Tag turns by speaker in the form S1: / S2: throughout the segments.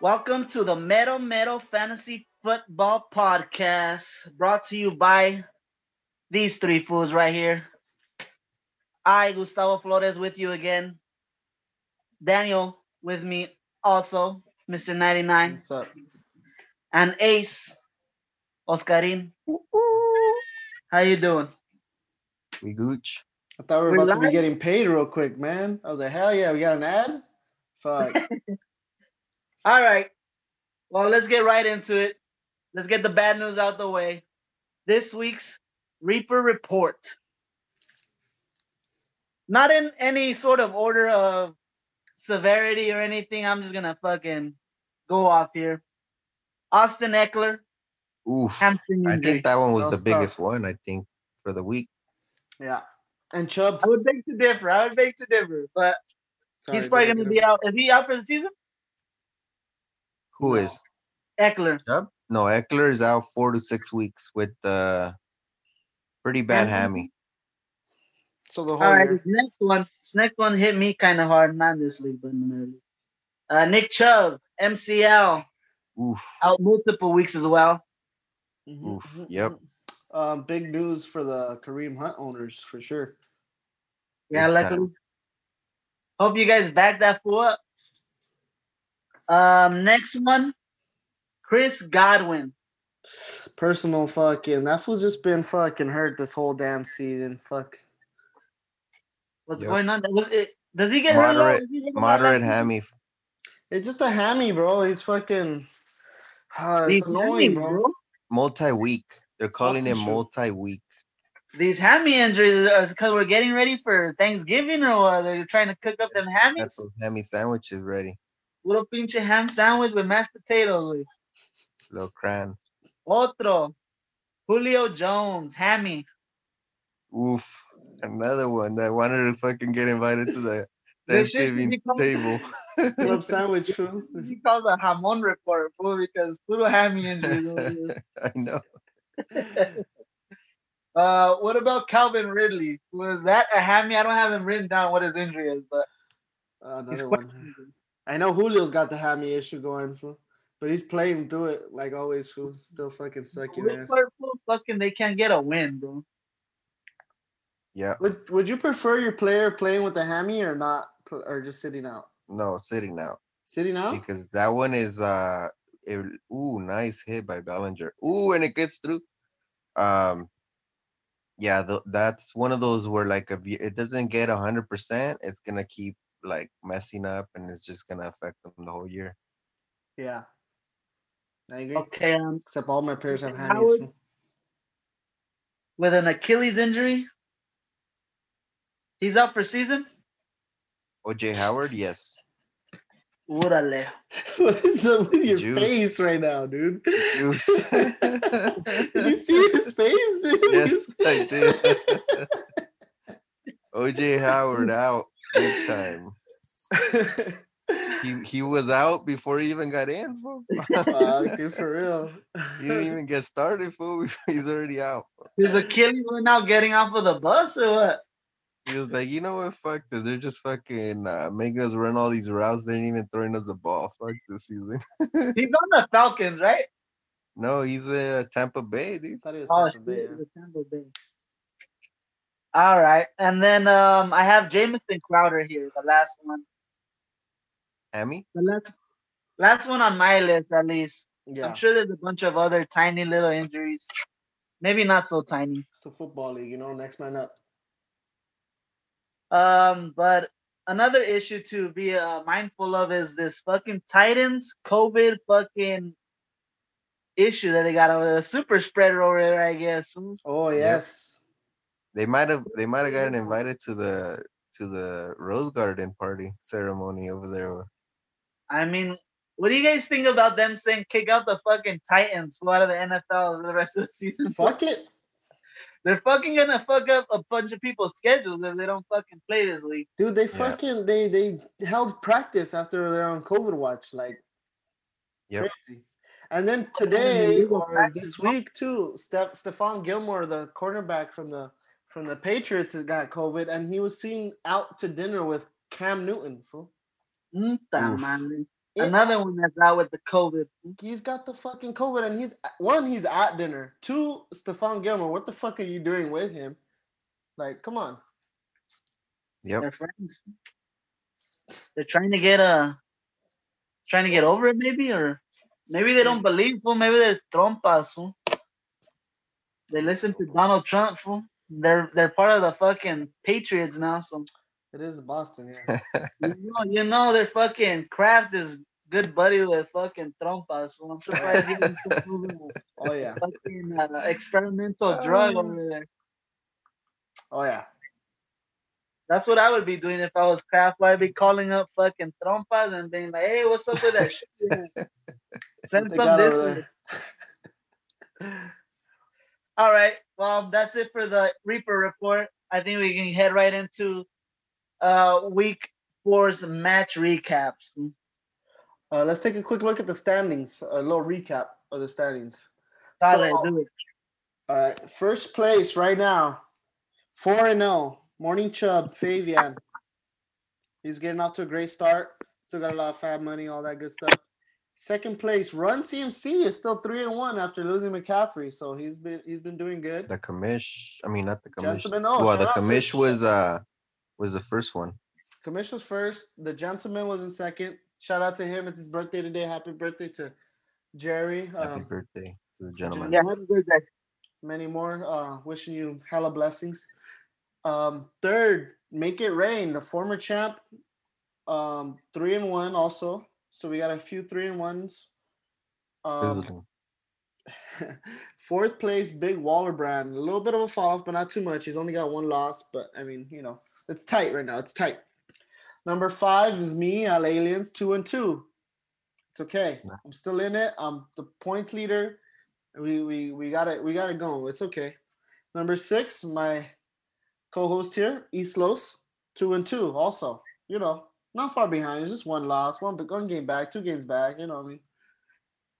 S1: Welcome to the Metal Metal Fantasy Football Podcast, brought to you by these three fools right here. I, Gustavo Flores, with you again. Daniel, with me also, Mr. 99,
S2: What's up?
S1: and Ace, Oscarin. How you doing?
S3: We gooch.
S2: I thought we were
S1: We're
S2: about to
S1: live?
S2: be getting paid real quick, man. I was like, hell yeah, we got an ad? Fuck.
S1: All right. Well, let's get right into it. Let's get the bad news out the way. This week's Reaper Report. Not in any sort of order of severity or anything. I'm just going to fucking go off here. Austin Eckler,
S3: Oof. I
S1: hamstring injury.
S3: think that one was
S2: Well,
S3: the
S2: stop.
S3: biggest one, I think, for the week.
S2: yeah. And Chubb.
S1: I would beg to differ. I would beg to differ. But Oh, he's probably going to be out. Is he out for the season?
S3: Who
S2: No.
S3: is?
S1: Eckler.
S3: Chubb? No, Eckler is out four to six weeks with uh, pretty bad
S1: Hammy.
S3: hammy.
S2: So the whole
S1: All right,
S2: year.
S1: this next one. This next one hit me kind of hard, not in this league, but in another league. Uh, Nick Chubb, MCL,
S3: Oof.
S1: out multiple weeks as well.
S2: Mhm,
S3: Oof,
S2: mhm,
S3: yep.
S2: mhm. Um, big news for the Kareem Hunt owners for sure.
S1: Yeah,
S3: Big
S1: luckily. Hope you guys back that fool up. Um, next one, Chris Godwin.
S2: Personal fucking that fool's just been fucking hurt this whole damn season. Fuck.
S1: What's
S3: Yep.
S1: going on? That was- it- Does he get hurt a lot?
S3: Moderate-
S1: Does he get hurt a lot
S3: Moderate
S1: last
S3: hammy. f-
S2: It's just a hammy, bro. He's fucking Ah,
S1: season? These
S2: it's annoying,
S1: hammy,
S2: bro.
S1: bro.
S3: Multi-week. They're calling
S2: for
S3: it
S2: sure.
S3: multi-week.
S1: These hammy injuries are because we're getting ready for Thanksgiving or what? They're trying to cook up them hammies.
S3: That's those hammy sandwiches ready.
S1: Little pinche ham sandwich with mashed potatoes, güey.
S3: Little cran.
S1: Otro. Julio Jones, Hammy.
S3: Oof. Another one that wanted to fucking get invited to the
S1: They should
S3: Thanksgiving
S1: become-
S3: table.
S2: Club sandwich fool.
S1: He calls a jamon report, fool, because puro Hammy injury. güey.
S3: I know.
S1: uh, what about Calvin Ridley? Was that a Hammy? I don't have him written down what his injury is, but he's
S2: Another
S1: quite
S2: one. I know Julio's got the hammy issue going, fool. But he's playing through it like always, fool. Still fucking sucking ass.
S1: Report, fool, fucking they can't get a win, bro.
S3: Yeah.
S2: Would Would you prefer your player playing with the hammy or not, pl- or just sitting out?
S3: No, sitting out.
S2: Sitting out?
S3: because that one is uh it, ooh nice hit by Bellinger. Ooh, and it gets through. Um, yeah, tho- that's one of those where like if you, it doesn't get hundred percent, it's gonna keep like messing up, and it's just gonna affect them the whole year.
S2: Yeah. I agree.
S1: Okay, um,
S2: Except all my players have
S1: Okay,
S2: hammies.
S1: Howard?
S2: fool.
S1: with an Achilles injury, he's out for season.
S3: OJ Howard, yes,
S1: Urale.
S2: what is up with your
S3: Juice.
S2: face right now, dude?
S3: Juice.
S2: did you see his face, dude?
S3: yes, I did. OJ Howard out big time.
S2: did.
S3: He he was out before he even got in. fool.
S2: Fuck, dude, for real.
S3: He didn't even get started, fool. before He's already out.
S1: Is Achilles right now getting off of the bus or what?
S3: He was like, you know what? Fuck this. They're just fucking uh, making us run all these routes. They ain't even throwing us the ball. Fuck this season.
S1: He's on the Falcons, right?
S3: No, he's a uh, Tampa Bay dude.
S2: Thought he was
S1: Oh,
S2: Tampa Bay,
S1: shit,
S2: yeah.
S1: the Tampa Bay. All right, and then um, I have Jamison Crowder here, the last one,
S3: Hammy.
S1: the last, last one on my list at least.
S2: yeah.
S1: I'm sure there's a bunch of other tiny little injuries, maybe not so tiny.
S2: It's the football league, you know. Next man up.
S1: Um, but another issue to be uh, mindful of is this fucking Titans COVID fucking issue that they got over the super spreader over there, I guess.
S2: Oh
S3: Yep.
S2: yes.
S3: They might have. They might have gotten invited to the to the Rose Garden party ceremony over there.
S1: I mean, what do you guys think about them saying kick out the fucking Titans who out of the NFL for the rest of the season?
S2: Fuck it.
S1: They're fucking gonna fuck up a bunch of people's schedules if they don't fucking play this week.
S2: Dude, they
S3: Yeah.
S2: fucking they they held practice after their own COVID watch, like
S3: Yep.
S2: crazy. And then today
S1: Unbelievable
S2: or
S1: practice
S2: this week too, Steph Stephon Gilmore, the cornerback from the from the Patriots, has got COVID, and he was seen out to dinner with Cam Newton. Fool.
S1: Mm, ta
S3: Oof.
S1: madre. Another one that's out with the COVID.
S2: He's got the fucking COVID, and he's one. He's at dinner. Two, Stefan Gilmore. What the fuck are you doing with him? Like, come on.
S3: Yep.
S1: They're friends. They're trying to get a, trying to get over it maybe, or maybe they don't believe fool. Maybe they're trompas fool. They listen to Donald Trump fool. They're they're part of the fucking Patriots now. So
S2: It is Boston. Yeah.
S1: you know, you know their fucking craft is good buddy with fucking trompas. Fool. I'm surprised he didn't come through with a
S2: Oh yeah.
S1: fucking uh, experimental drug over there.
S2: Oh yeah.
S1: That's what I would be doing if I was Kraft. I'd be calling up fucking trompas and being like, "Hey, what's up with that shit? you know? Send
S2: They
S1: some
S2: got over
S1: different."
S2: there.
S1: All right. Well, that's it for the Reaper report. I think we can head right into uh week four's match recaps.
S2: Uh, let's take a quick look at the standings. A little recap of the standings.
S1: Dale,
S2: So-
S1: do it.
S2: All right, first place right now, four and zero. Morning Chubb Fabian. He's getting off to a great start. Still got a lot of fab money, all that good stuff. Second place, Run CMC is still three and one after losing McCaffrey, so he's been he's been doing good.
S3: The commish. I mean, not the commish.
S2: Gentlemen, oh,
S3: Well, the
S2: shout out to-
S3: commish was uh was the first one.
S2: Commish was first. The gentleman was in second. Shout out to him. It's his birthday today. Happy birthday to Jerry.
S3: Happy
S2: Um,
S3: birthday to the
S2: uh,
S3: gentleman.
S1: Yeah, have a good day.
S2: many more. Uh, wishing you hella blessings. Um, third, make it rain. The former champ, um, three and one also. So we got a few three and ones. Um,
S3: Sizzling.
S2: fourth place, Big Waller Brand. A little bit of a fall off, but not too much. He's only got one loss, but I mean, you know, it's tight right now. It's tight. Number five is me, Al Aliens, two and two. It's okay.
S3: Nah.
S2: I'm still in it. I'm the points leader. We we we got it. We got it going. It's okay. Number six, my co-host here, Islos, two and two. Also, you know, not far behind. It's just one loss, one one game back, two games back. You know what I mean?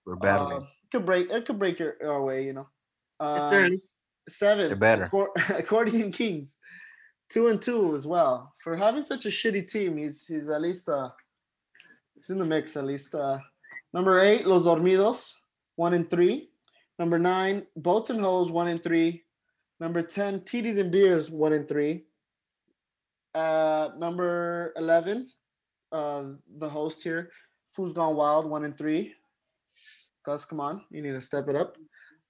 S3: We're battling.
S2: Um, could break it could break your, our way, you know. Um,
S1: early.
S2: s- Seven.
S3: It better.
S2: Accor- Accordion Kings, two and two as well. For having such a shitty team, he's he's at least uh, he's in the mix at least. Uh, number eight, Los Dormidos, one and three. Number nine, Boats and Hoes, one and three. Number ten, TDs and Beers, one and three. Uh, number eleven, uh, the host here, Food's Gone Wild, one and three. Gus, come on, you need to step it up.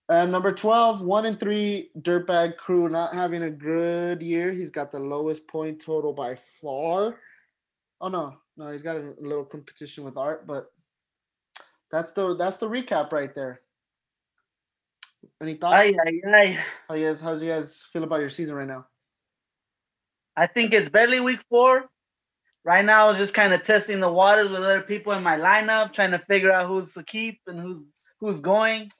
S2: And number 12, one and three, Dirtbag Crew not having a good year. He's got the lowest point total by far. Oh no, no, he's got a little competition with Art, but that's the that's the recap right there. Any thoughts?
S1: Ay, ay, ay.
S2: How you guys, how's you guys feel about your season right now?
S1: I think it's barely week four. Right now, I was just kind of testing the waters with other people in my lineup, trying to figure out who's to keep and who's who's going.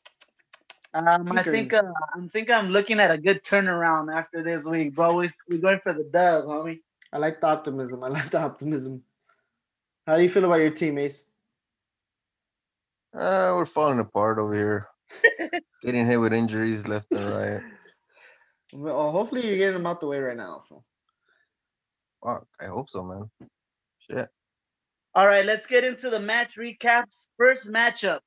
S1: Um, I think uh, I'm think I'm looking at a good turnaround after this week, bro. We we're going for the dub, homie.
S2: I like the optimism. I like the optimism. How you feel about your teammates?
S3: Uh, we're falling apart over here. Getting hit with injuries left and right.
S2: Well, hopefully you're getting them out the way right now. fool.
S3: Fuck, I hope so, man. Shit. uh,
S1: All right, let's get into the match recaps. First matchup: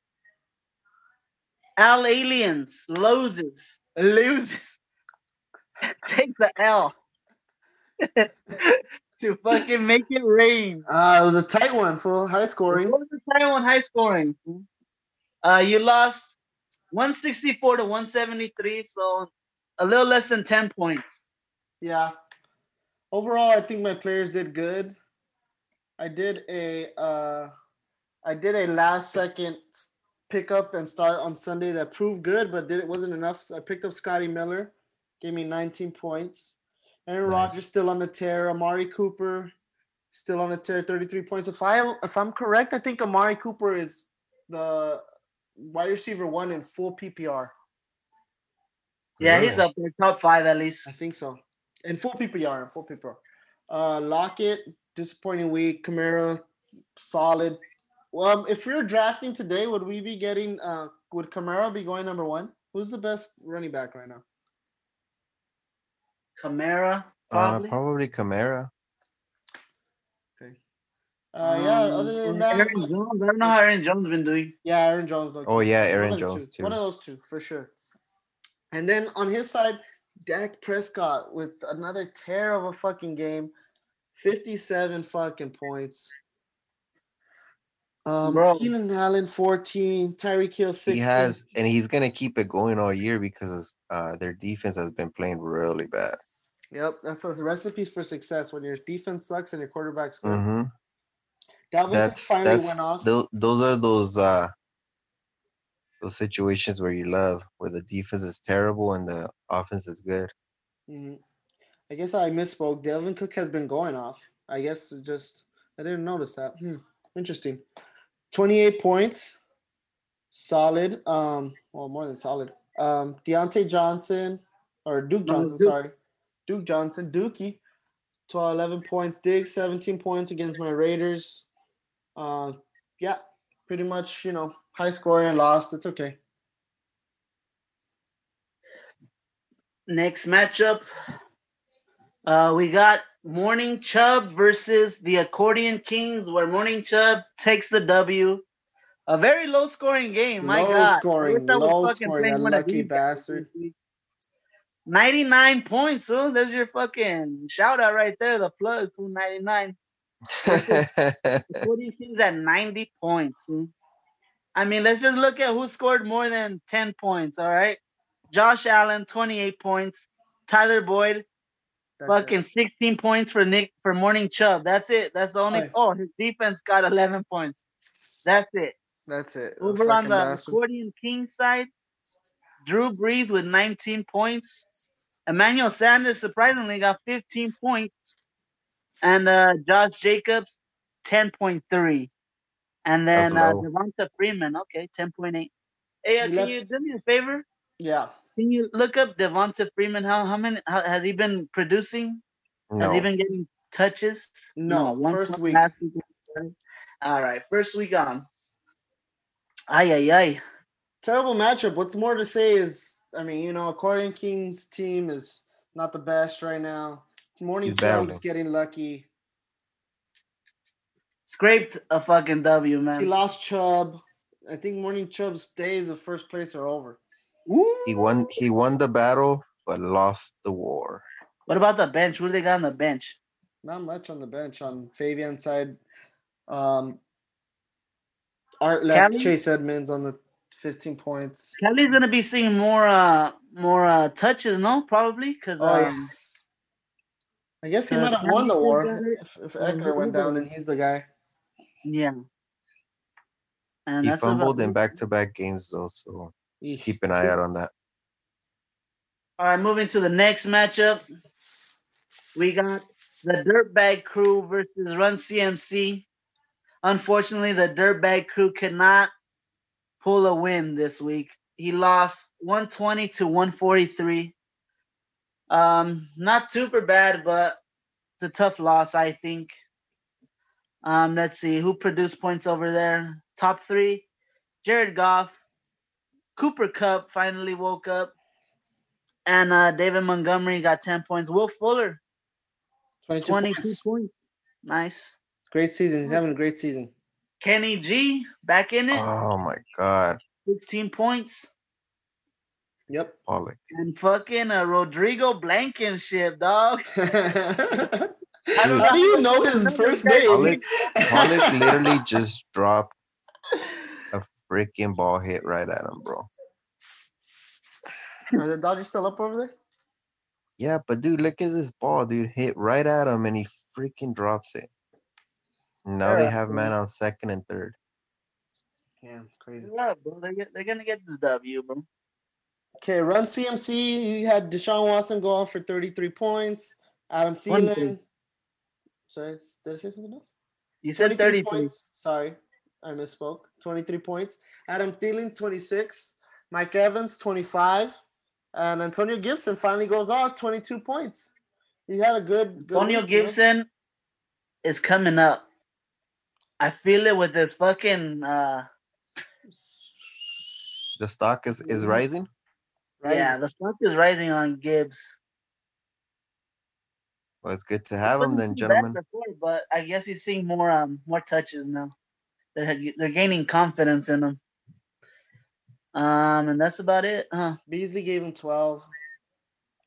S1: Al Aliens loses loses take the L to fucking make it rain.
S2: Uh, it was a tight one, full high scoring.
S1: What was the title on high scoring? Uh, you lost 164 to 173, so a little less than 10 points.
S2: Yeah. Overall, I think my players did good. I did a uh I did a last second s- pickup and start on Sunday that proved good, but did it wasn't enough. So I picked up Scotty Miller, gave me 19 points. Aaron
S3: Nice.
S2: Rodgers still on the tear. Amari Cooper still on the tear, 33 points. If I if I'm correct, I think Amari Cooper is the wide receiver one in full PPR.
S1: Yeah, he's
S3: Really?
S1: up there, top five at least.
S2: I think so. And full PPR, in full PPR. Uh, Lockett, disappointing week. Camaro, solid. Well, if we were drafting today, would we be getting? Uh, would Camaro be going number one? Who's the best running back right now?
S1: Camara,
S3: Uh,
S1: probably.
S3: probably Camara.
S2: Okay. Uh, yeah,
S1: Um,
S2: other than
S1: and
S2: that,
S1: Aaron Jones. I don't know how Aaron Jones been doing.
S2: yeah, Aaron Jones. Looked
S3: Oh yeah, Aaron
S2: One of the
S3: Jones
S2: two.
S3: too.
S2: One of those two for sure. And then on his side, Dak Prescott with another tear of a fucking game, fifty-seven fucking points. Um,
S1: Bro.
S2: Keenan Allen fourteen, Tyreek Hill sixteen.
S3: He has, and he's gonna keep it going all year because uh, their defense has been playing really bad.
S2: Yep, that's a recipe for success when your defense sucks and your quarterback's good.
S3: hmm
S2: Dalvin Cook
S3: That's
S2: finally
S3: that's
S2: went off.
S3: tho- those are those uh those situations where you love where the defense is terrible and the offense is good.
S2: Mhm. I guess I misspoke. Dalvin Cook has been going off. I guess it just I didn't notice that. Hmm. Interesting. 28 points. Solid. Um, well, more than solid. Um, Deontay Johnson or Duke
S1: No,
S2: Johnson,
S1: Uh, Duke.
S2: sorry. Duke Johnson, Dookie. 12, 11 points. Diggs, 17 points against my Raiders. Uh, yeah, pretty much, you know, high scoring and lost. It's okay.
S1: Next matchup, uh, we got Morning Chubb versus the Accordion Kings, where Morning Chubb takes the W. A very low scoring game. My
S2: Low
S1: God. I
S2: scoring,
S1: wish I was
S2: low
S1: fucking
S2: scoring,
S1: playing
S2: you
S1: one of
S2: lucky
S1: these guys
S2: bastard.
S1: this week. 99 points, huh? There's your fucking shout out right there. The plug, fool, 99. Accordion Kings at 90 points. fool. I mean, let's just look at who scored more than 10 points, all right? Josh Allen, 28 points. Tyler Boyd,
S2: That's it.
S1: fucking 16 points for Nick for Morning Chubb. That's it. That's the only.
S2: Aye.
S1: Oh, his defense got 11 points. That's it.
S2: That's it. The
S1: Over on
S2: fucking
S1: the
S2: bastards.
S1: accordion king side, Drew Brees with 19 points. Emmanuel Sanders surprisingly got 15 points, and uh, Josh Jacobs 10.3, and
S3: That's
S1: then uh,
S3: low.
S1: Devonta Freeman okay 10.8. Hey, uh,
S2: He
S1: can
S2: left-
S1: you do me a favor?
S2: Yeah.
S1: Can you look up Devonta Freeman? How how many how, has he been producing? Has he
S3: no,
S1: been getting touches?
S2: No,
S1: one
S2: first
S1: point
S2: week.
S1: last week. All right, first week on. Ay ay ay.
S2: terrible matchup. What's more to say is, I mean, you know, Accordion King's team is not the best right now. Morning
S3: He's battling.
S2: Chubb's getting lucky.
S1: Scraped a fucking W,
S2: He
S1: man.
S2: lost Chubb. I think Morning Chubb's days of first place are over.
S1: Ooh.
S3: he won. He won the battle but lost the war.
S1: What about the bench? What do they got on the bench?
S2: Not much on the bench on Fabian's side. Um, Art left
S1: Callie?
S2: Chase Edmonds on the 15 points.
S1: Kelly's gonna be seeing more uh more uh touches, no? Probably um, because
S2: Oh, yes. I guess he
S1: uh,
S2: might have won the
S1: Callie did
S2: war
S1: better
S2: if, if
S1: than
S2: Eckler went down and he's the guy.
S1: yeah. And
S3: He
S1: that's about
S3: fumbled in
S1: it.
S3: back-to-back games though, so just
S2: Eesh.
S3: keep an eye out on that.
S1: All right, moving to the next matchup. We got the Dirtbag Crew versus Run CMC. Unfortunately, the Dirtbag Crew could not pull a win this week. He lost 120 to 143. Um, not super bad, but it's a tough loss, I think. Um, let's see who produced points over there. Top three: Jared Goff, Cooper Cup finally woke up, and uh, David Montgomery got 10 points. Will Fuller
S2: 22
S1: 22
S2: points.
S1: points. Nice.
S2: Great season. He's having a great season.
S1: Kenny G back in it,
S3: Oh my God,
S1: 16 points.
S2: Yep.
S3: Pollock.
S1: And fucking uh, Rodrigo Blankenship, dog.
S2: How do you know his first name?
S3: Pollock, Pollock literally just dropped a freaking ball hit right at him, bro.
S2: Are the Dodgers still up over there?
S3: Yeah, but dude, look at this ball, dude. Hit right at him and he freaking drops it. Now they
S1: Yeah,
S3: have
S1: bro.
S3: man on second and third.
S2: Yeah, crazy.
S1: Yeah, bro. They're, get- they're gonna get this W, bro.
S2: Okay, run CMC. He had Deshaun Watson go off for 33 points. Adam
S1: Twenty-three.
S2: Thielen. Sorry, s- did I say something else?
S1: You said
S2: 23
S1: 33.
S2: points. Sorry, I misspoke. 23 points. Adam Thielen, 26. Mike Evans, 25. And Antonio Gibson finally goes out, 22 points. He had a good. good
S1: Antonio
S2: week, you know?
S1: Gibson is coming up. I feel it with his fucking uh
S3: The stock is, is
S1: Mm-hmm.
S2: Mhm.
S3: rising.
S2: Rising.
S1: yeah, the stock is rising on Gibbs.
S3: Well, it's good to have him
S1: Wasn't
S3: then,
S1: too bad
S3: gentlemen.
S1: Before, but I guess he's seeing more um more touches now. They're they're gaining confidence in him. Um, and that's about it, huh?
S2: Beasley gave him 12.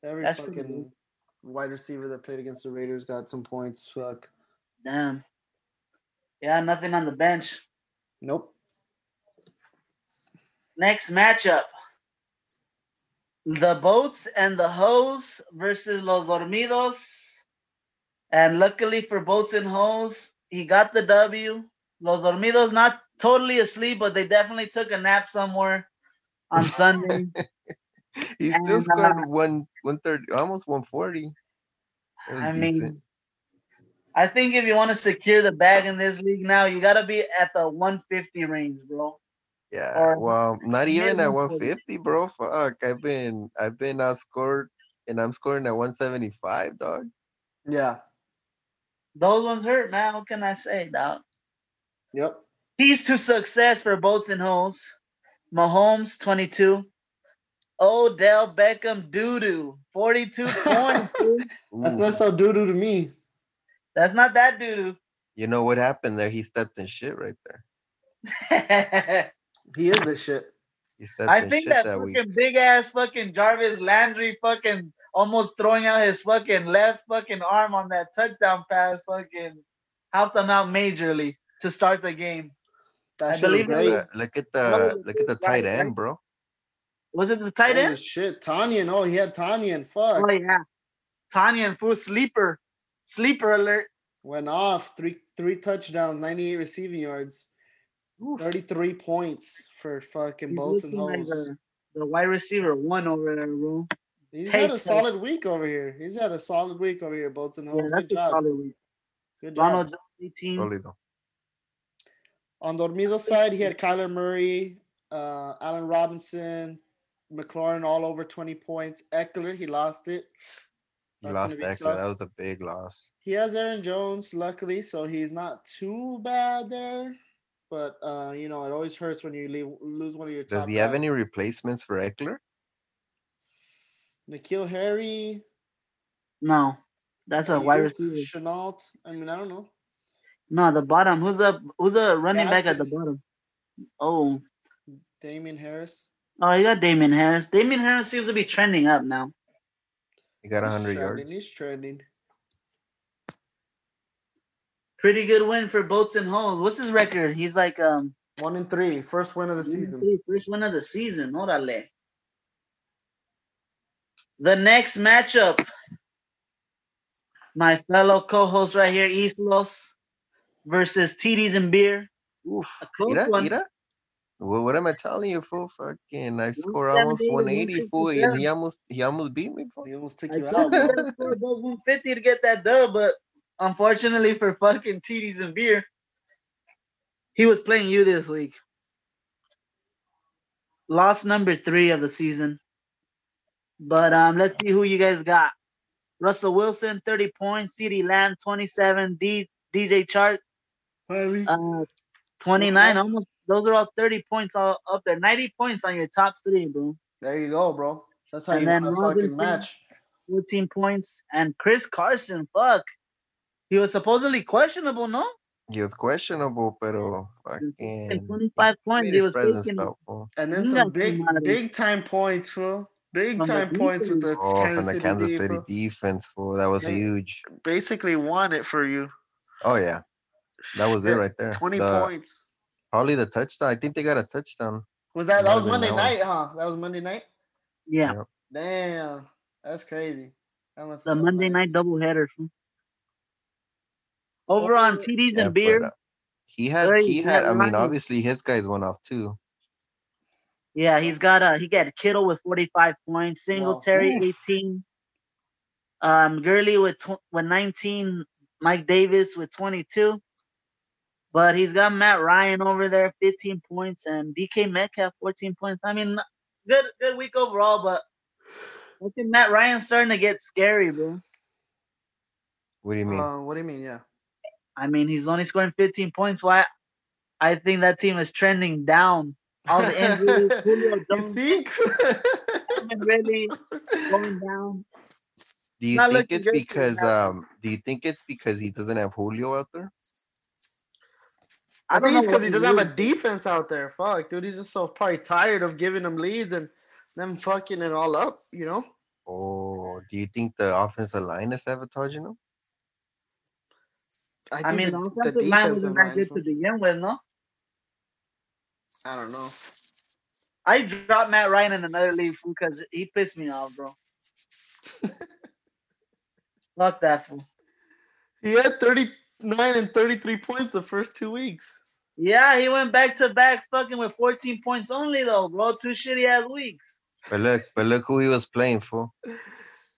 S2: Every
S1: That's pretty
S2: fucking wide receiver that played against the Raiders got some points. Fuck.
S1: Damn. Yeah, nothing on the bench.
S2: Nope.
S1: Next matchup. The boats and the hoes versus los dormidos. And luckily for boats and hoes, he got the W. Los dormidos not totally asleep, but they definitely took a nap somewhere on Sunday.
S3: He still
S1: And,
S3: scored one one third, almost one forty. It was
S1: I
S3: decent.
S1: mean, I think if you want to secure the bag in this league now, you got to be at the 150 range, bro.
S3: yeah.
S1: or
S3: Well, not even at
S1: minimum
S3: one
S1: 140.
S3: fifty, bro. Fuck, I've been I've been outscored, and I'm scoring at one seventy five, dog.
S2: Yeah.
S1: Those ones hurt, man. What can I say, dog?
S2: Yep.
S1: Keys to success for Bolts and Holes. Mahomes, 22. Odell Beckham, doo-doo, 42 points. dude.
S2: That's
S3: Ooh,
S2: not so doo doo to me.
S1: That's not that doo-doo.
S3: You know what happened there? He stepped in shit right there.
S1: I
S2: He is this shit.
S3: He stepped in
S1: think
S3: shit
S1: that,
S3: that,
S1: fucking
S3: week.
S1: big-ass fucking Jarvis Landry fucking almost throwing out his fucking left fucking arm on that touchdown pass fucking helped them out majorly to start the game. I
S2: That shit was
S1: believe it
S2: great.
S1: was-
S3: Uh, look at
S1: was
S3: the
S1: it?
S3: look at the
S1: Right,
S3: tight end,
S1: right.
S3: bro.
S1: Was it the tight
S2: Holy
S1: end?
S2: shit. Tanyan. Oh, he had Tanyan. Fuck.
S1: Oh yeah. Tanya and Fool sleeper. Sleeper alert.
S2: Went off. Three three touchdowns, 98 receiving yards,
S1: Oof.
S2: 33 points for fucking
S1: He's
S2: Bolts and
S1: looking like
S2: Holes.
S1: the, the wide receiver one over there, bro.
S2: He's
S1: Take
S2: had a
S1: it.
S2: solid week over here. He's had a solid week over here, Bolton
S1: Yeah,
S2: Holes.
S1: that's
S2: Good
S1: a
S2: job.
S1: solid week.
S2: Good job.
S1: Ronald Jones 18.
S3: Sólido.
S2: On Dormido's side, he had Kyler Murray, uh, Allen Robinson, McLaurin all over 20 points. Eckler, he lost it.
S3: He
S2: That's gonna
S3: lost
S2: be
S3: Eckler. That
S2: tough.
S3: was a big loss.
S2: He has Aaron Jones, luckily, so he's not too bad there. But, uh, you know, it always hurts when you leave, lose one of your top
S3: Does he have any
S2: guys.
S3: replacements for Eckler?
S2: Nikhil Harry,
S1: No. That's a wide
S2: Ayuk,
S1: receiver.
S2: Chenault. I mean, I don't know.
S1: No, the bottom. Who's the who's the running back at the
S2: Gaskin.
S1: bottom? Oh.
S2: Damien Harris.
S1: Oh, you got Damien Harris. Damien Harris seems to be trending up now.
S3: He got
S2: He's
S3: hundred
S2: trending,
S3: yards.
S2: He's trending.
S1: Pretty good win for Boats and Holes. What's his record? He's like um
S2: One and three, first win of the
S1: One,
S2: season.
S1: two, First one of the season. Orale. The next matchup, my fellow co-host right here, Islos versus TDs and Beer.
S3: Oof.
S1: A close
S3: Mira,
S1: one.
S3: mira. What, what am I telling you, fool? Fucking, I scored
S1: 178,
S3: almost 180, fool, and
S1: 167.
S3: he almost he almost beat me, fool.
S2: He almost took
S1: I
S2: you
S1: thought
S2: out.
S1: we
S2: bro.
S1: gotta score above 150 to get that dub, but unfortunately for fucking TDs and Beer, he was playing you this week. Loss number three of the season. But um, let's see who you guys got. Russell Wilson, 30 points. CD Lamb, 27. D- DJ Chark,
S2: Finally.
S1: Uh, 29, almost. Those are all 30 points all up there. 90 points on your top three, bro.
S2: There you go, bro. That's how
S1: And
S2: you
S1: then
S2: win a
S1: Robinson.
S2: fucking match.
S1: 14 points. And Chris Carson, fuck. He was supposedly questionable, no?
S3: He was questionable, pero
S1: And
S3: fucking
S1: 25 points.
S3: made
S1: He
S3: his
S1: was
S3: presence
S1: taking
S3: felt, fool.
S2: And then
S1: You
S2: some
S1: got
S2: big,
S1: some, uh,
S2: big time points, fool. Big
S1: from the
S2: time points with the
S3: Oh, from
S2: Kansas
S3: the
S2: City,
S3: Kansas
S2: D,
S3: City
S2: fool.
S3: defense, fool. That was
S2: Yeah.
S3: huge.
S2: Basically won it for you.
S3: Oh yeah, that was it
S2: Shit.
S3: right there.
S2: Twenty
S3: The
S2: points.
S3: probably the touchdown. I think they got a touchdown.
S2: Was that
S3: might
S2: that
S3: have
S2: was
S3: been
S2: Monday
S3: that one.
S2: night, huh? That was Monday night.
S1: yeah,
S3: Yep.
S2: Damn, that's crazy. That must
S1: the
S2: have felt
S1: Monday night
S2: nice.
S1: doubleheader. fool. Over on
S2: Over-
S1: TDs
S3: Yeah,
S1: and
S3: but
S1: beer.
S3: uh, he had
S1: Sorry,
S3: he
S1: you
S3: had.
S1: got
S3: I mean,
S1: Ronnie.
S3: obviously his guys went off too.
S1: Yeah, he's got uh he got Kittle with 45 points, Singletary
S3: Oof.
S1: 18, um Gurley with tw- with 19, Mike Davis with 22. But he's got Matt Ryan over there, 15 points, and DK Metcalf 14 points. I mean, good good week overall, but I think Matt Ryan's starting to get scary, bro.
S3: What do you mean?
S2: Uh, what do you mean? Yeah.
S1: I mean, he's only scoring 15 points. Why? I think that team is trending down. All the injuries, Julio
S2: you
S1: Jones
S2: think?
S1: really going down.
S3: Do you
S2: Not
S3: think
S2: looking
S3: it's
S2: good for you
S3: because
S2: now.
S3: um? Do you think it's because he doesn't have Julio out there?
S2: I,
S1: don't
S2: think it's
S1: know
S2: because
S1: what
S2: he
S1: to
S2: doesn't have
S1: do.
S2: a defense out there. Fuck, dude, he's just so probably tired of giving them leads and them fucking it all up. You know,
S3: Oh, do you think the offensive line is sabotaging him?
S1: I mean, the
S2: the- the
S1: offensive line
S2: defensive
S1: wasn't that good to
S2: line-
S1: begin with, no?
S2: I don't know.
S1: I dropped Matt Ryan in another league because he pissed me off, bro. Fuck that fool.
S2: He had 39 and 33 points the first two weeks.
S1: Yeah, he went back to back fucking with 14 points only though, bro. Two shitty ass weeks.
S3: But look, but look who he was playing for.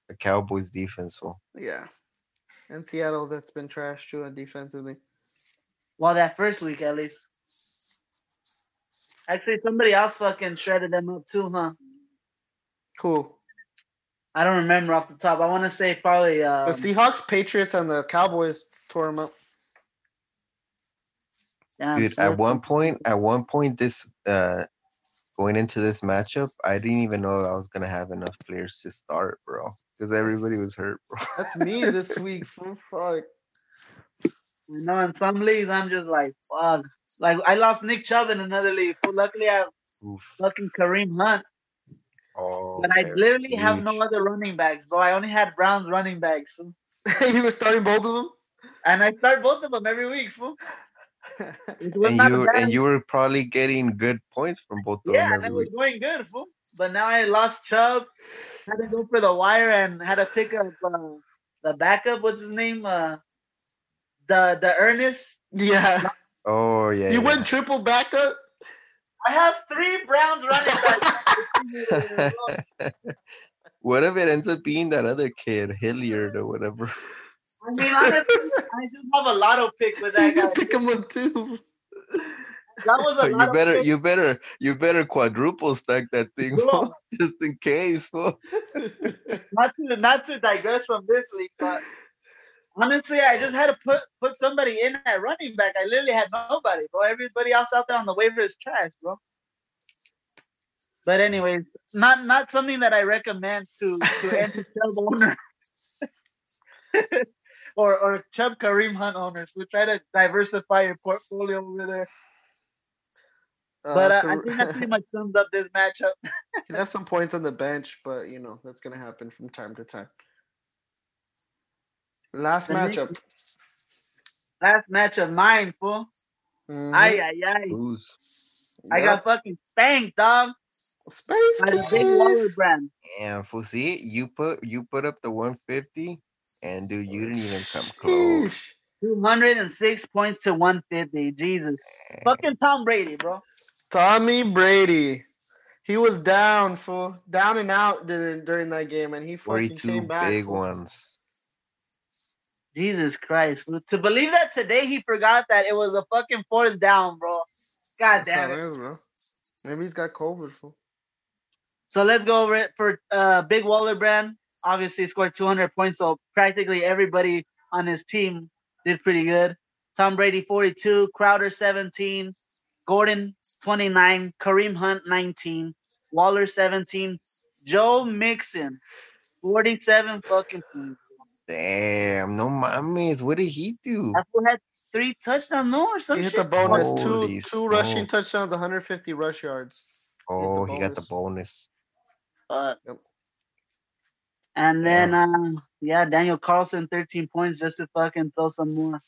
S3: The Cowboys defense for.
S2: Yeah. And Seattle, that's been trash too, uh, defensively.
S1: Well, that first week at least. Actually, somebody else fucking shredded them up too, huh?
S2: Cool.
S1: I don't remember off the top. I want to say probably. Uh,
S2: The Seahawks, Patriots, and the Cowboys tore him up.
S1: damn,
S3: Dude,
S1: Smith.
S3: at one point, at one point, this uh, going into this matchup, I didn't even know I was gonna have enough players to start, bro, because everybody was hurt, bro.
S2: That's me this week. fool. Fuck.
S1: You know, in some leagues, I'm just like, fuck. Like, I lost Nick Chubb in another league. Well, luckily, I have
S3: Oof.
S1: fucking Kareem Hunt.
S3: Oh,
S1: But I
S3: okay,
S1: literally have no
S3: huge.
S1: other running backs, bro. I only had Browns running backs. fool.
S2: you were starting both of them?
S1: And I start both of them every week, fool. It was
S3: And
S1: not
S3: you
S1: bad.
S3: and Oh you were probably getting good points from both of
S1: yeah,
S3: them
S1: and I
S3: every
S1: was
S3: week.
S1: going good, fool. But now I lost Chubb. Had to go for the wire and had to pick up uh, the backup. What's his name? Uh, the the Ernest.
S2: yeah.
S3: Oh yeah.
S2: You
S3: yeah.
S2: went triple backup?
S1: I have three Browns running backs.
S3: what if it ends up being that other kid, Hilliard or whatever?
S1: I mean, honestly, I just have a lotto pick with that
S2: you
S1: guy.
S2: can pick him up too.
S1: That was a
S3: you
S1: lotto
S3: better,
S1: pick.
S3: you better, you better quadruple stack that thing,
S1: Bro.
S3: fool, just in case. fool.
S1: not to not to digress from this league, but honestly, I just had to put put somebody in at running back. I literally had nobody, bro. Everybody else out there on the waiver is trash, bro. But anyways, not not something that I recommend to to any Chubb owner. or or Chubb Kareem Hunt owners. We try to diversify your portfolio over there.
S2: Uh,
S1: But uh,
S2: to-
S1: I think that pretty much sums up this matchup.
S2: He'd have some points on the bench, but you know that's gonna happen from time to time. Last
S1: The next-
S2: matchup.
S1: Last matchup, mine, fool. Ay,
S2: Mhm.
S1: ay, ay.
S3: Who's
S1: I got
S2: Yep.
S1: fucking spanked, dog,
S2: space.
S1: by the big Waller
S2: Case.
S1: brand.
S3: and fool? See, you put you put up the 150, and dude, you didn't even come close.
S2: Sheesh.
S1: 206 points to 150. Jesus. Fucking Tom Brady, bro.
S2: Tommy Brady. He was down for down and out during during that game, and he fucking
S3: 42
S2: came back.
S3: big
S2: fool.
S3: ones.
S1: Jesus Christ. fool. To believe that today he forgot that it was a fucking fourth down, bro. God
S2: That's
S1: damn
S2: how
S1: it.
S2: it is, bro. Maybe he's got COVID. Fool.
S1: So let's go over it for uh, Big Waller brand. Obviously scored 200 points, so practically everybody on his team did pretty good. Tom Brady 42, Crowder 17, Gordon 29, Kareem Hunt 19, Waller 17, Joe Mixon 47 fucking points.
S3: Damn, no mames. What did he do?
S1: That fool had three touchdowns, no, or some
S2: He hit
S1: shit.
S2: the bonus. two
S3: Holy
S2: two rushing
S3: smoke.
S2: touchdowns, 150 rush yards.
S3: Oh, he got the bonus.
S1: Fuck.
S2: Yep.
S1: And then, uh, yeah, Daniel Carlson, 13 points just to fucking throw some more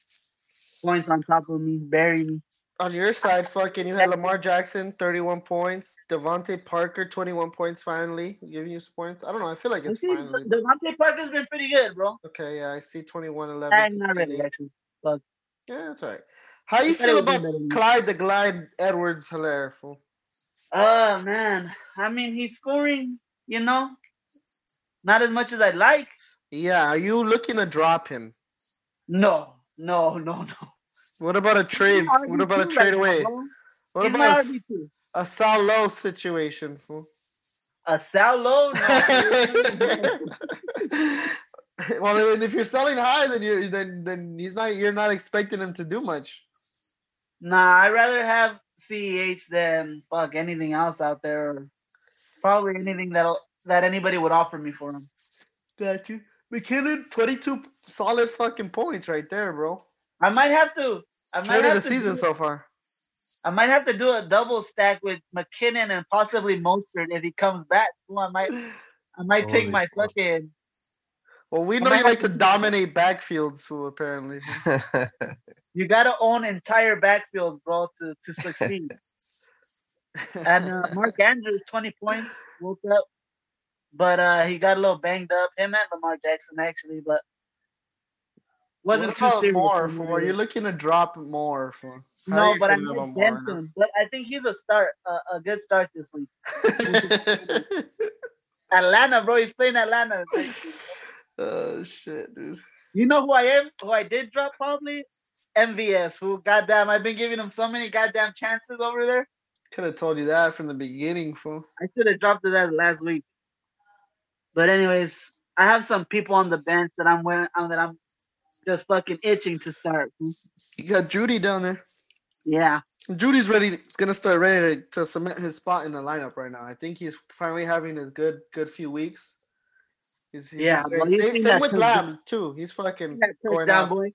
S1: points on top of me, bury me.
S2: On your side, fucking, you had Lamar Jackson, 31 points. Devontae Parker, 21 points finally. Giving you some points. I don't know. I feel like it's finally. but-
S1: Devontae Parker's been pretty good, bro.
S2: Okay, yeah, I see 21, 11.
S1: Eh, not
S2: 16,
S1: really,
S2: eight.
S1: actually.
S2: Yeah, that's right. How you
S1: I thought it
S2: feel
S1: would be
S2: about
S1: better than that.
S2: Clyde the Glide Edwards Hilaire? fool?
S1: Oh man, I mean, he's scoring, you know, not as much as I'd like.
S2: Yeah, are you looking to drop him?
S1: No, no, no, no.
S2: What about a trade?
S1: He's my
S2: What about a
S1: RB2 right
S2: trade
S1: now,
S2: away?
S1: bro.
S2: What
S1: he's my
S2: about a, s-
S1: RB2.
S2: a Sal Low situation? fool?
S1: A Sal Low? No.
S2: well, then if you're selling high, then you're then then he's not. You're not expecting him to do much.
S1: Nah, I'd rather have CEH than fuck anything else out there. Or probably anything that'll that anybody would offer me for him.
S2: Got you. McKinnon, 22 solid fucking points right there, bro.
S1: I might have to. I might
S2: Trade of
S1: have
S2: the
S1: to
S2: season
S1: do,
S2: so far.
S1: I might have to do a double stack with McKinnon and possibly Mostert if he comes back. Ooh, I might. I might take
S3: Holy
S1: my
S3: fuck.
S1: fucking.
S2: Well, we
S1: I might
S2: know you
S1: have
S2: like
S1: to
S2: to dominate backfields, fool, apparently.
S1: You gotta own entire backfield, bro, to to succeed. and uh, Mark Andrews, 20 points, woke up, but uh, he got a little banged up. Him and Lamar Jackson actually, but wasn't
S2: What
S1: too
S2: about
S1: serious.
S2: Moore,
S1: from
S2: fool?
S1: what
S2: Are
S1: I-
S2: you looking to drop more, fool? How are
S1: no,
S2: you
S1: but I
S2: feeling about
S1: missed
S2: Moore right now?
S1: Benson. But I think he's a start, a, a good start this week. Atlanta, bro, he's playing Atlanta. It's like,
S2: oh shit, dude.
S1: you know who I am? Who I did drop probably? MVS, who goddamn, I've been giving him so many goddamn chances over there.
S2: Could have told you that from the beginning, fool.
S1: I should have dropped it that last week. But anyways, I have some people on the bench that I'm willing, um, that I'm just fucking itching to start.
S2: You got Judy down there.
S1: Yeah,
S2: Judy's ready. He's gonna start ready to, to cement his spot in the lineup right now. I think he's finally having a good good few weeks. He's, he's
S1: Yeah,
S2: down
S1: well,
S2: there.
S1: you
S2: same,
S1: think
S2: same
S1: that
S2: with
S1: comes-
S2: Lamb too. He's fucking
S1: Yeah,
S2: going
S1: touchdown,
S2: off.
S1: boy.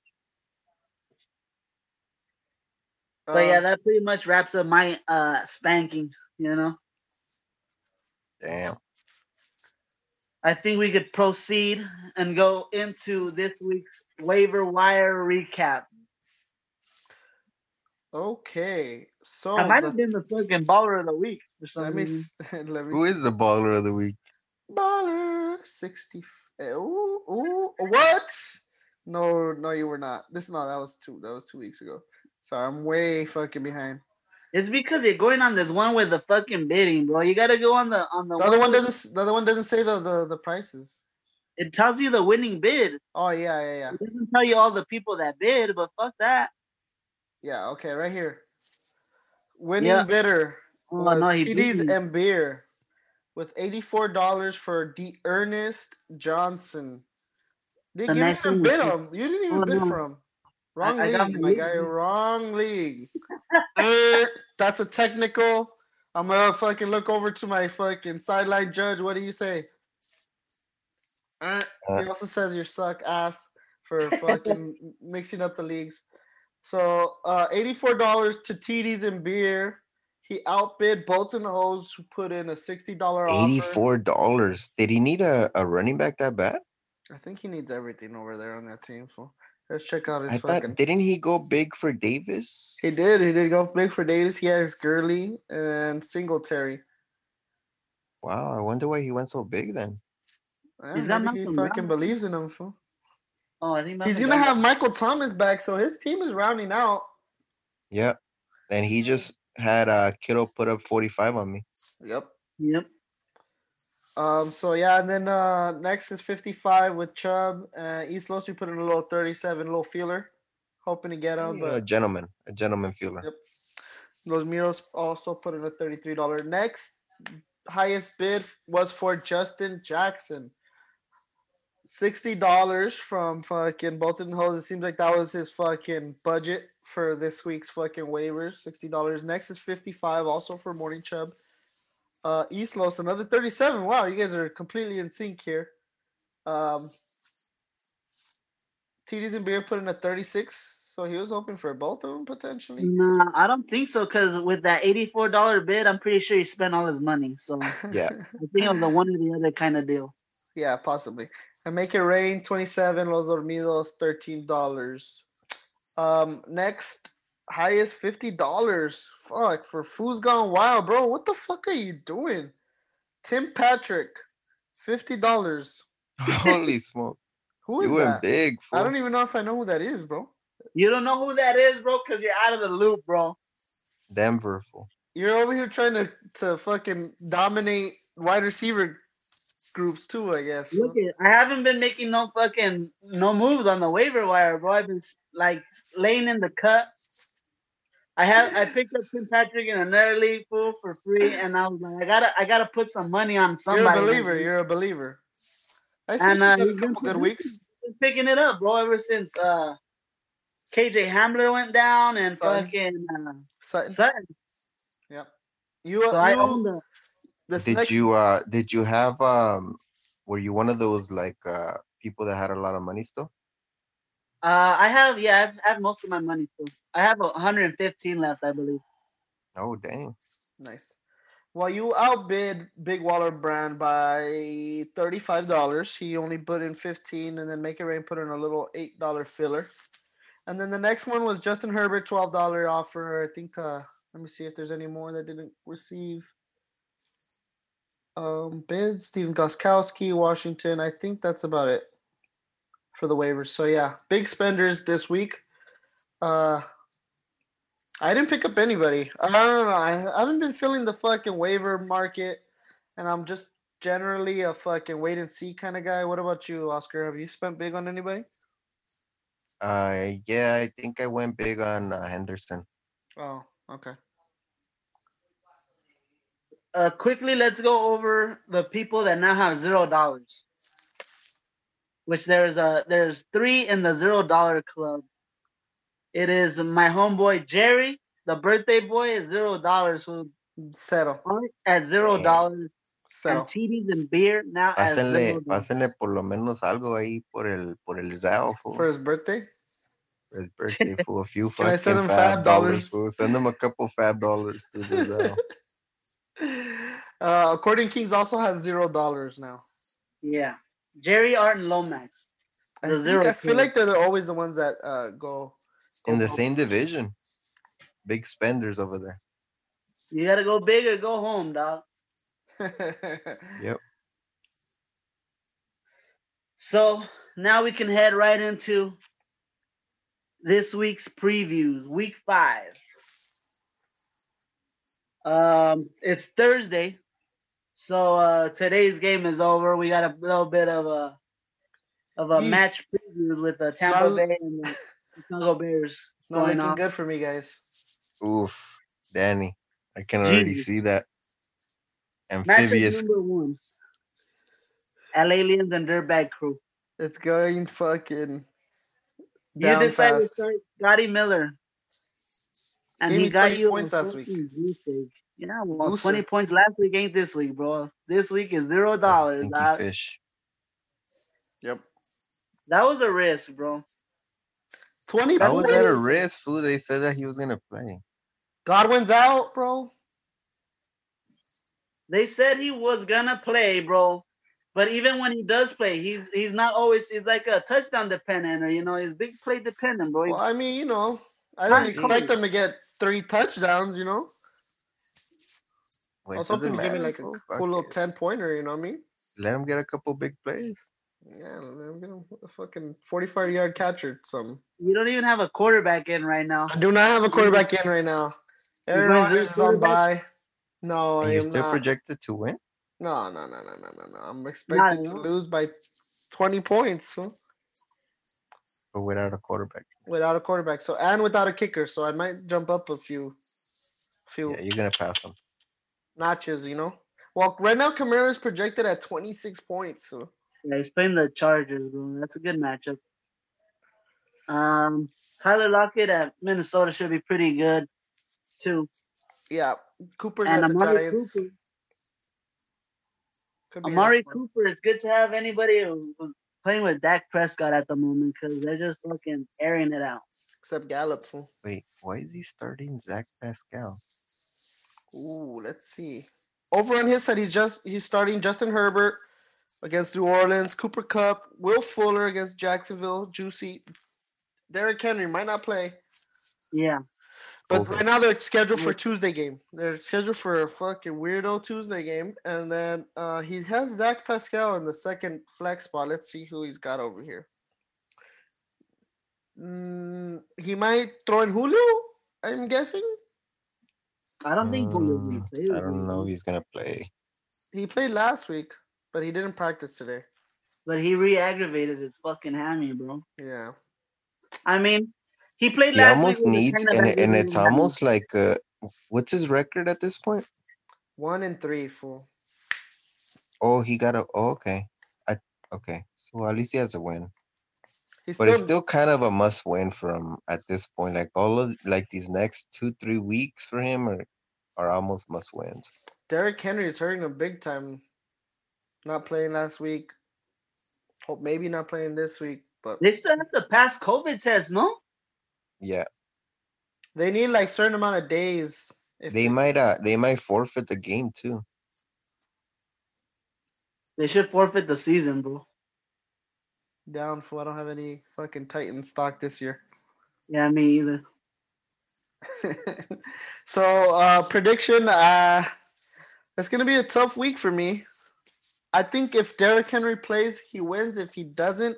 S1: But yeah,
S2: Um,
S1: that pretty much wraps up my uh spanking. You know,
S3: Damn.
S1: I think we could proceed and go into this week's waiver wire recap.
S2: Uh, okay, so
S1: I might
S2: Oh, the-
S1: have been the fucking baller of the week or
S2: let me
S1: something.
S2: s- let me
S3: Who is the baller of the week?
S2: Baller 60. eh, Ooh, ooh, what? No, no, you were not. This no, that was two. That was two weeks ago. Sorry, I'm way fucking behind.
S1: It's because you're going on this one with the fucking bidding, bro. You gotta go on the on the,
S2: The other one
S1: with-
S2: doesn't. s- The other one doesn't say the the, the prices.
S1: It tells you the winning bid.
S2: Oh yeah, yeah, yeah,
S1: It doesn't tell you all the people that bid, but fuck that.
S2: yeah. Okay, right here. Winning
S1: Yeah.
S2: bidder
S1: Oh,
S2: was
S1: no, he beat
S2: TD's
S1: me.
S2: and beer, with eighty four dollars for the Ernest Johnson. Dude,
S1: The
S2: you didn't
S1: next
S2: even
S1: one was
S2: bid
S1: just-
S2: him. You didn't
S1: Oh,
S2: even bid
S1: no.
S2: for him. Wrong
S1: I
S2: league,
S1: got my
S2: my
S1: league,
S2: guy.
S1: man.
S2: Wrong league. Er, That's a technical. I'm gonna fucking look over to my fucking sideline judge. What do you say? Er,
S3: Uh.
S2: He also says you suck ass for fucking m- mixing up the leagues. So uh, eighty-four dollars to TDs and beer. He outbid Bolton Hose, who put in a sixty dollar offer.
S3: Eighty-four dollars. Did he need a, a running back that bad?
S2: I think he needs everything over there on that team. So let's check out his
S3: I
S2: fucking.
S3: thought didn't he go big for Davis?
S2: He did. He did go big for Davis. He has Gurley and Singletary.
S3: Wow, I wonder why he went so big then.
S2: Yeah,
S1: He's got
S2: maybe he
S1: Malcolm
S2: fucking
S1: Brown.
S2: believes in him. fool.
S1: Oh, I think Malcolm
S2: He's gonna
S1: Brown-
S2: have Michael Thomas back, so his team is rounding out.
S3: Yeah. And he just had uh Kittle put up forty-five on me.
S2: Yep.
S1: Yep.
S2: Um. So yeah, and then uh, next is fifty-five with Chubb. Uh, East Los, we put in a little thirty-seven, little feeler, hoping to get him.
S3: You know, a
S2: But
S3: gentleman, a gentleman feeler.
S2: yep. Los Miros also put in a thirty-three dollar. Next highest bid was for Justin Jackson. sixty dollars from fucking Bolton Hose. It seems like that was his fucking budget for this week's fucking waivers. Sixty dollars. Next is fifty-five, also for Morning Chub. Uh, East Los, another thirty-seven. Wow, you guys are completely in sync here. Um, TDs and beer put in a thirty-six, so he was hoping for both of them potentially.
S1: Nah, I don't think so. Cause with that eighty-four dollar bid, I'm pretty sure he spent all his money. So I
S3: Yeah.
S1: think it was the one or the other kind of deal.
S2: Yeah, possibly. And make it rain, 27, Los Dormidos, $13. Um, next highest $50. Fuck, for Foo's Gone Wild, bro. What the fuck are you doing? Tim Patrick, $50.
S3: Holy smoke.
S2: Who is
S3: You went
S2: that?
S3: big
S2: I
S3: for
S2: don't even know if I know who that is, bro.
S1: You don't know who that is, bro, cause you're out of the loop, bro.
S2: e-,
S3: Denver fool.
S2: You're over here trying to, to fucking dominate wide receiver groups too, I guess. fool.
S1: Look, at, I haven't been making no fucking no moves on the waiver wire, bro. I've been like laying in the cut. I have I picked up Tim Patrick in another league pool for free, and I was like, I gotta I gotta put some money on
S2: You're a
S1: somebody. man.
S2: believer. You're a believer. I see
S1: And,
S2: you
S1: uh,
S2: got a
S1: he's been
S2: couple good
S1: producing.
S2: weeks.
S1: been picking it up, bro, ever since uh KJ Hamler went down and
S2: Sutton.
S1: fucking uh,
S2: Sutton.
S1: Sutton.
S2: You,
S1: So I
S2: you-
S1: own the
S2: this
S3: Did
S2: next,
S3: you uh did you have um were you one of those like uh people that had a lot of money still?
S1: Uh, I have yeah, I have, I have most of my money too. I have 115 left, I believe.
S3: Oh dang.
S2: Nice. Well, you outbid Big Waller Brand by thirty-five dollars. He only put in fifteen, and then Make It Rain put in a little eight-dollar filler. And then the next one was Justin Herbert, twelve-dollar offer. I think. Uh, let me see if there's any more that didn't receive um, bids. Steven Goskowski, Washington. I think that's about it for the waivers. So yeah, big spenders this week. Uh, I didn't pick up anybody. I don't know. I haven't been feeling the fucking waiver market, and I'm just generally a fucking wait and see kind of guy. What about you, Oscar? Have you spent big on anybody?
S3: Uh yeah, I think I went big on uh, Henderson.
S2: Oh, okay.
S1: Uh, quickly, let's go over the people that now have zero dollars. Which there's a there's three in the zero dollar club. It is my homeboy Jerry, the birthday boy, is zero dollars. Who
S2: Settle,
S1: at zero
S3: Damn.
S1: dollars and
S2: settle.
S1: TDs and beer now at
S3: Pásenle,
S1: zero dollars.
S3: pásenle por lo menos algo ahí por el por el Zao fool.
S2: For his birthday,
S3: for his birthday fool. A few
S2: Can I
S3: fucking
S2: send him
S3: fab
S2: $5?
S3: dollars fool. Send him a couple fab dollars to the Zao.
S2: uh, According Kings also has zero dollars now.
S1: Yeah, Jerry Art and Lomax.
S2: I,
S1: The
S2: think-
S1: zero
S2: I feel
S1: club.
S2: like they're the- always the ones that uh, go
S3: In the
S2: go-
S3: same division. Big spenders over there.
S1: You gotta go big or go home, dog.
S3: Yep.
S1: So now we can head right into this week's previews, week five. Um, it's Thursday, so uh, today's game is over. We got a little bit of a of a
S2: Yeesh.
S1: match previews with the Tampa
S2: not-
S1: Bay and uh, the Chicago Bears
S2: It's not
S1: going
S2: looking
S1: on.
S2: good for me, guys.
S3: Oof. Danny. I can already
S1: Jesus.
S3: see that.
S1: Matchup
S3: Amphibious.
S1: number one: LA Aliens and Dirtbag Crew.
S2: It's going fucking
S1: You
S2: down
S1: decided to
S2: fast.
S1: start Scotty Miller, and
S2: Gave
S1: he
S2: me
S1: got
S2: 20
S1: you
S2: points
S1: a
S2: last week.
S1: fucking goose egg. Yeah, well,
S2: Goose
S1: twenty
S2: egg.
S1: points last week ain't this week, bro. This week is zero
S3: That's
S1: dollars.
S3: uh, stinky
S1: dog.
S3: fish.
S2: Yep.
S1: That was a risk, bro.
S2: 20
S3: How was that a
S2: points?
S3: risk, fool? They said that he was gonna play.
S2: Godwin's out, bro.
S1: They said he was gonna play, bro. But even when he does play, he's he's not always he's like a touchdown dependent or you know, he's big play dependent, bro. He's-
S2: Well, I mean, you know, I
S1: Not
S2: didn't expect
S1: good.
S2: them to get three touchdowns, you know.
S3: Well,
S2: I was
S3: it
S2: hoping
S3: doesn't
S2: to give me
S3: matter.
S2: like a
S3: fool. Fuck
S2: cool little
S3: it.
S2: 10 pointer, you know what I mean?
S3: Let him get a couple big plays.
S2: Yeah, I'm gonna a fucking 45 yard catcher, or something.
S1: you don't even have a quarterback in right now.
S2: I do not have a quarterback in right now. Aaron
S1: going
S2: Rodgers
S1: zero
S2: is on
S1: quarterback?
S2: bye. No,
S3: And
S2: I
S3: you're
S2: am
S3: still
S2: Oh, not.
S3: projected to win?
S2: No, no, no, no, no, no, no. I'm expected to
S1: all.
S2: lose by 20 points fool,
S3: But without a quarterback.
S2: without a quarterback. So and without a kicker, so I might jump up a few, few
S3: Yeah, you're gonna pass him.
S2: notches. You know. Well, right now Kamara is projected at 26 points. So
S1: Yeah, he's playing the Chargers, bro. That's a good matchup. Um Tyler Lockett at Minnesota should be pretty good too.
S2: yeah, Cooper's
S1: And
S2: at the
S1: Amari
S2: Giants.
S1: Cooper.
S2: Could be
S1: Amari
S2: interesting.
S1: Cooper, it's good to have anybody who- who's playing with Dak Prescott at the moment because they're just fucking airing it out.
S2: except Gallup. fool.
S3: Wait, why is he starting Zach Pascal?
S2: Ooh, let's see. Over on his side, he's just he's starting Justin Herbert against New Orleans, Cooper Cup, Will Fuller against Jacksonville, Juicy. Derrick Henry might not play,
S1: Yeah.
S2: but
S3: COVID.
S2: right now they're scheduled for
S1: Yeah.
S2: Tuesday game. They're scheduled for a fucking weirdo Tuesday game, and then uh, he has Zach Pascal in the second flex spot. Let's see who he's got over here. Mm, he might throw in Julio. I'm guessing
S1: I don't think Julio's gonna
S3: Mm,
S1: play.
S3: I
S1: this
S3: don't
S1: week,
S3: know.
S1: man.
S3: if He's gonna play.
S2: he played last week, but he didn't practice today.
S1: But he re-aggravated his fucking hammy, bro.
S2: Yeah.
S1: I mean, he played
S3: He
S1: last
S3: almost
S1: week. with a kind
S3: needs,
S1: of
S3: and
S1: like
S3: and
S1: really
S3: it's
S1: hammy.
S3: almost like, uh, what's his record at this point?
S2: One and three, fool.
S3: Oh, he got a. Oh, okay, I okay. So at least he has a win,
S2: He's
S3: but it's
S2: still
S3: still kind of a must win for him at this point. Like all of like these next two three weeks for him are are almost must wins.
S2: Derrick Henry is hurting him big time. Not playing last week. Hope maybe not playing this week, but
S1: They still have to pass COVID test, no?
S3: Yeah,
S2: they need like certain amount of days. If
S3: they might uh they might forfeit the game too.
S1: They should forfeit the season, bro.
S2: down for I don't have any fucking Titan stock this year.
S1: Yeah, me either.
S2: so uh prediction uh it's gonna be a tough week for me i think if Derrick henry plays he wins if he doesn't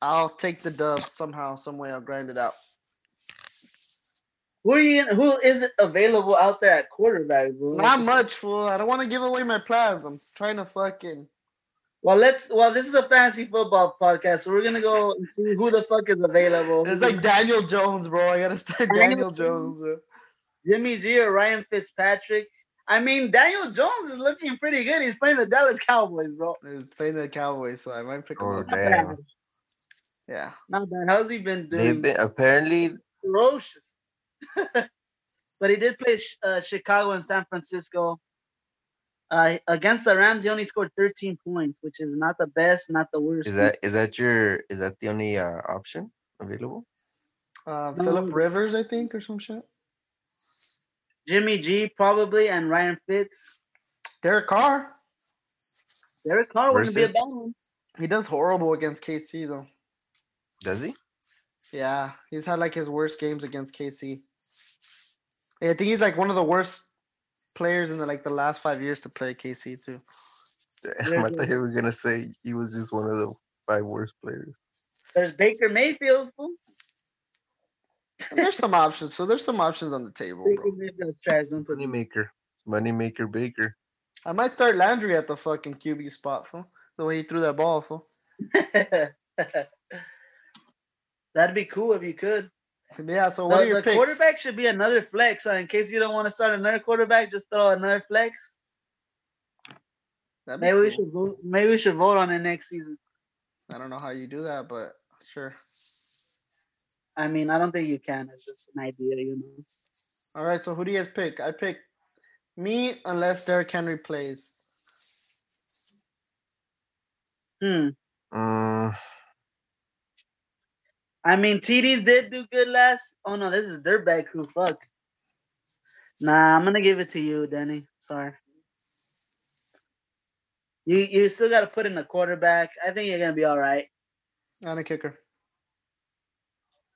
S2: i'll take the dub somehow some way i'll grind it out
S1: Who are you? Who is available out there at quarterback, bro?
S2: not much fool i don't want to give away my plans i'm trying to fucking
S1: Well, let's. Well, this is a fantasy football podcast, so we're gonna go and see who the fuck is available.
S2: it's like daniel jones bro i gotta start
S1: Daniel
S2: daniel jones bro.
S1: Jimmy G or Ryan Fitzpatrick. I mean, Daniel Jones is looking pretty good. He's playing the Dallas Cowboys, bro.
S2: he's playing the cowboys so i might pick him
S3: Oh
S2: up
S3: damn!
S2: yeah
S1: Not bad. How's he been doing?
S3: They've been apparently
S1: ferocious. but he did play Sh- uh, Chicago and San Francisco. Uh, against the Rams, he only scored 13 points, which is not the best, not the worst.
S3: is that is that your is that the only uh, option available?
S2: uh
S1: Um,
S2: philip rivers i think or some shit
S1: Jimmy G probably and Ryan Fitz.
S2: derek carr
S1: Derek Carr wouldn't be a
S3: Versus-
S1: bad one.
S2: He does horrible against KC though.
S3: Does he?
S2: Yeah, he's had like his worst games against KC. Yeah, I think he's like one of the worst players in the like the last five years to play KC too.
S3: Damn, I
S1: There's a-
S3: thought you were gonna say he was just one of the five worst players.
S1: There's Baker Mayfield.
S2: Oh,
S1: fool.
S2: And there's some options, so there's some options on the table,
S1: Baker
S2: bro.
S1: Mayfield's trash. Don't put him.
S3: Moneymaker, moneymaker Baker.
S2: I might start Landry at the fucking QB spot, fool. The way he threw that ball, fool.
S1: That'd be cool if you could.
S2: Yeah, so what
S1: The,
S2: are your
S1: the
S2: picks?
S1: quarterback should be another flex. huh? in case you don't want to start another quarterback, just throw another flex.
S2: That'd be
S1: Maybe we
S2: cool.
S1: should vote. Maybe we should vote on it next season.
S2: I don't know how you do that, but sure.
S1: I mean, I don't think you can. It's just an idea, you know.
S2: All right, so who do you guys pick? I pick me unless Derrick Henry plays.
S1: Hmm.
S3: Mm,
S1: I mean, TDs did do good last. Oh no, this is Dirtbag Crew. Fuck. Nah, I'm gonna give it to you, Danny. Sorry. You you still gotta put in a quarterback. I think you're gonna be all right.
S2: And a kicker.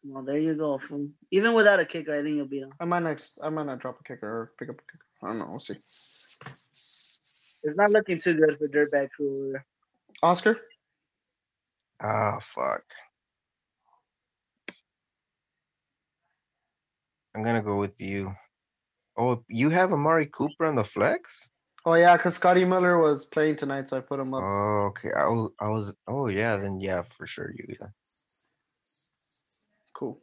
S1: Well, there you go. fool. Even without a kicker, I think you'll beat him.
S2: I might not. I might not drop a kicker or pick up a kicker. I don't know. We'll see.
S1: It's not looking too good for Dirtbag Crew. over there.
S2: Oscar.
S3: ah, fuck. I'm gonna go with you. Oh, you have Amari Cooper on the flex?
S2: Oh yeah, because Scotty Miller was playing tonight, so I put him up.
S3: Oh, okay. I was, I was. Oh, yeah. Then yeah, for sure you. Yeah.
S2: cool.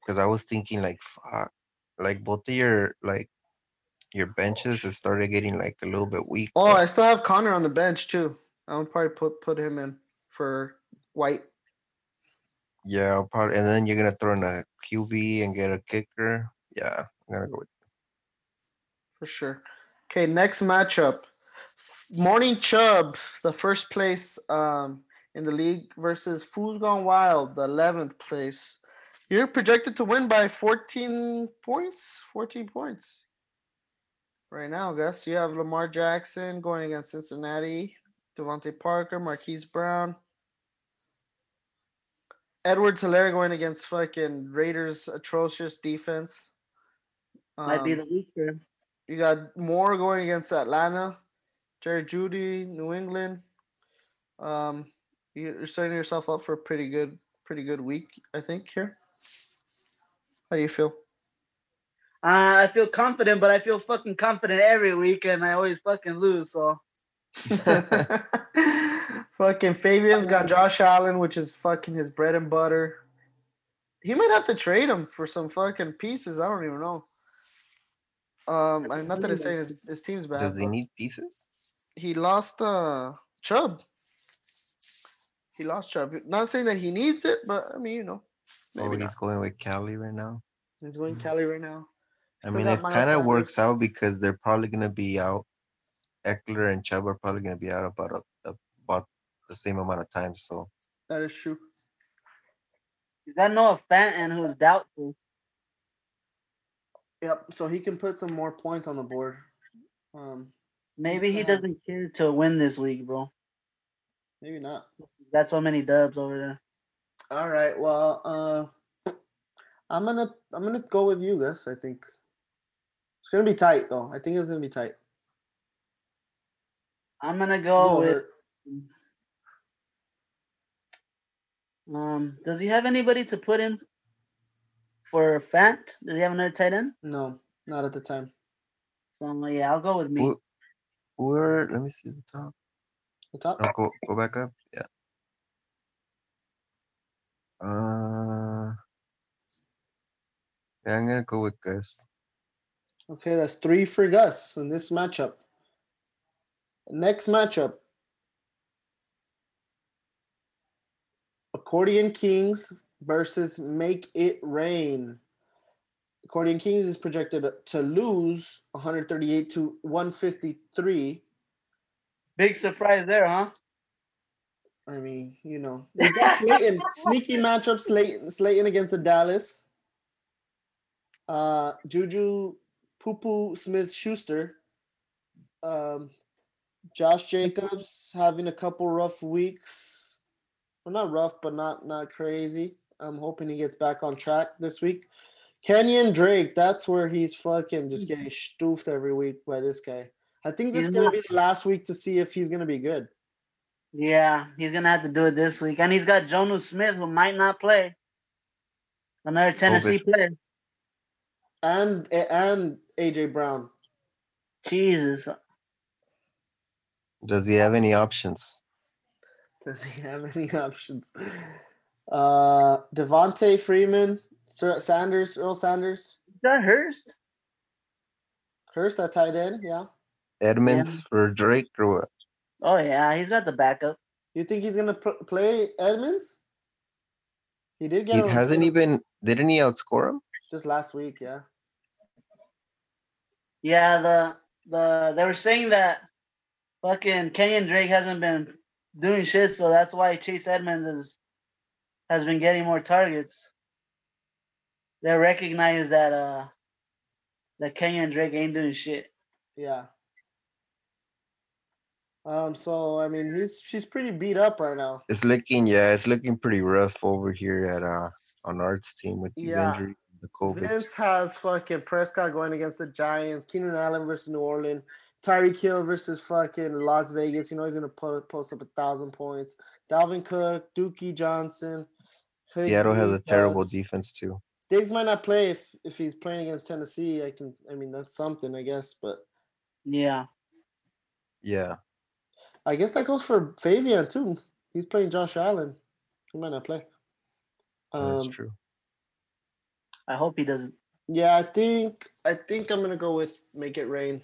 S3: Because I was thinking like, fuck, like both of your like your benches it started getting like a little bit weak.
S2: Oh,
S3: but-
S2: I still have Connor on the bench too. I would probably put put him in for White.
S3: yeah, I'll probably. And then you're gonna throw in a QB and get a kicker. Yeah, I'm gonna go with.
S2: for sure. Okay, next matchup. Morning Chubb, the first place um, in the league versus Fools Gone Wild, the 11th place. You're projected to win by 14 points. 14 points. Right now, Gus, you have Lamar Jackson going against Cincinnati, Devontae Parker, Marquise Brown, Edward Hilaire going against fucking Raiders' atrocious defense.
S1: Might be
S2: Um,
S1: the week for him.
S2: you got Moore going against Atlanta, Jerry Judy, New England. Um, you- you're setting yourself up for a pretty good, pretty good week, I think. Here, how do you feel?
S1: Uh, I feel confident, but I feel fucking confident every week, and I always fucking lose. So
S2: fucking Fabian's got Josh Allen, which is fucking his bread and butter. He might have to trade him for some fucking pieces. I don't even know. Um, and not that it's saying his, his team's bad.
S3: Does he
S2: but-
S3: need pieces?
S2: he lost uh Chubb. He lost Chubb. Not saying that he needs it, but I mean, you know, maybe
S3: oh,
S2: not.
S3: he's going with Cali right now.
S2: He's going Cali right now.
S3: I
S2: Still
S3: mean,
S2: got
S3: it
S2: Miles
S3: kind of
S2: Sanders.
S3: works out because they're probably gonna be out. Eckler and Chubb are probably gonna be out about a, about the same amount of time. So
S2: That is true.
S1: He's got Noah Fenton, who's doubtful.
S2: Yep. So he can put some more points on the board. Um,
S1: Maybe he
S2: Yeah.
S1: doesn't care to win this week, bro.
S2: maybe not.
S1: He's got so many dubs over there.
S2: All right. Well, uh, I'm gonna I'm gonna go with you, Gus. I think it's gonna be tight, though. I think it's gonna be tight. It's
S1: I'm gonna
S2: gonna
S1: go with.
S2: hurt.
S1: Um, does he have anybody to put in for Fant? Does he have another tight end?
S2: no, not at the time.
S1: So yeah, I'll go with me.
S3: Who- where? Let me see the top.
S2: The top.
S3: No, go go back up. Yeah. Uh. Yeah, I'm gonna go with Gus.
S2: Okay, that's three for Gus in this matchup. Next matchup Accordion Kings versus Make It Rain. Accordion Kings is projected to lose 138 to 153.
S1: Big surprise there, huh?
S2: I mean, you know, they've got Slayton, sneaky matchup Slayton, Slayton against the Dallas. Uh, Juju Poopoo Smith Schuster. Um, Josh Jacobs having a couple rough weeks. Well, not rough, but not not crazy. I'm hoping he gets back on track this week. Kenyon Drake, that's where he's fucking just getting stoofed every week by this guy. I think this is
S1: He's
S2: gonna
S1: not-
S2: be the last week to see if he's gonna be good.
S1: Yeah, he's gonna have to do it this week, and he's got Jonu Smith, who might not play. Another Tennessee player.
S2: and and AJ Brown.
S1: Jesus,
S3: Does he have any options?
S2: Does he have any options? Uh, Devonte Freeman, Sir Sanders, Earl Sanders,
S1: is that Hurst?
S2: Hurst at tight end. Yeah,
S3: Edmonds for Drake or what?
S1: Oh yeah, he's got the backup.
S2: you think he's gonna pl- play Edmonds? He did get
S3: He
S2: on the
S3: hasn't
S2: field
S3: even. Didn't he outscore him?
S2: just last week. Yeah,
S1: Yeah, the the they were saying that fucking Kenyon Drake hasn't been doing shit, so that's why Chase Edmonds is has been getting more targets. They recognize that uh that Kenyon Drake ain't doing shit.
S2: yeah. Um, so I mean, he's she's pretty beat up right now.
S3: It's looking, yeah, it's looking pretty rough over here at uh on Art's team with these
S2: Yeah.
S3: injuries, the COVID.
S2: Vince has fucking Prescott going against the Giants, Keenan Allen versus New Orleans, Tyreek Hill versus fucking Las Vegas. You know he's gonna put, post up a thousand points. Dalvin Cook, Dookie Johnson.
S3: Seattle has a
S2: Higgins,
S3: terrible
S2: Duggs.
S3: defense too.
S2: Diggs might not play if, if he's playing against Tennessee. I can, I mean, that's something, I guess. But
S1: Yeah.
S3: Yeah,
S2: I guess that goes for Fabian too. He's playing Josh Allen. He might not play.
S3: that's
S2: Um,
S3: true.
S1: I hope he doesn't.
S2: Yeah, I think I think I'm gonna go with Make It Rain.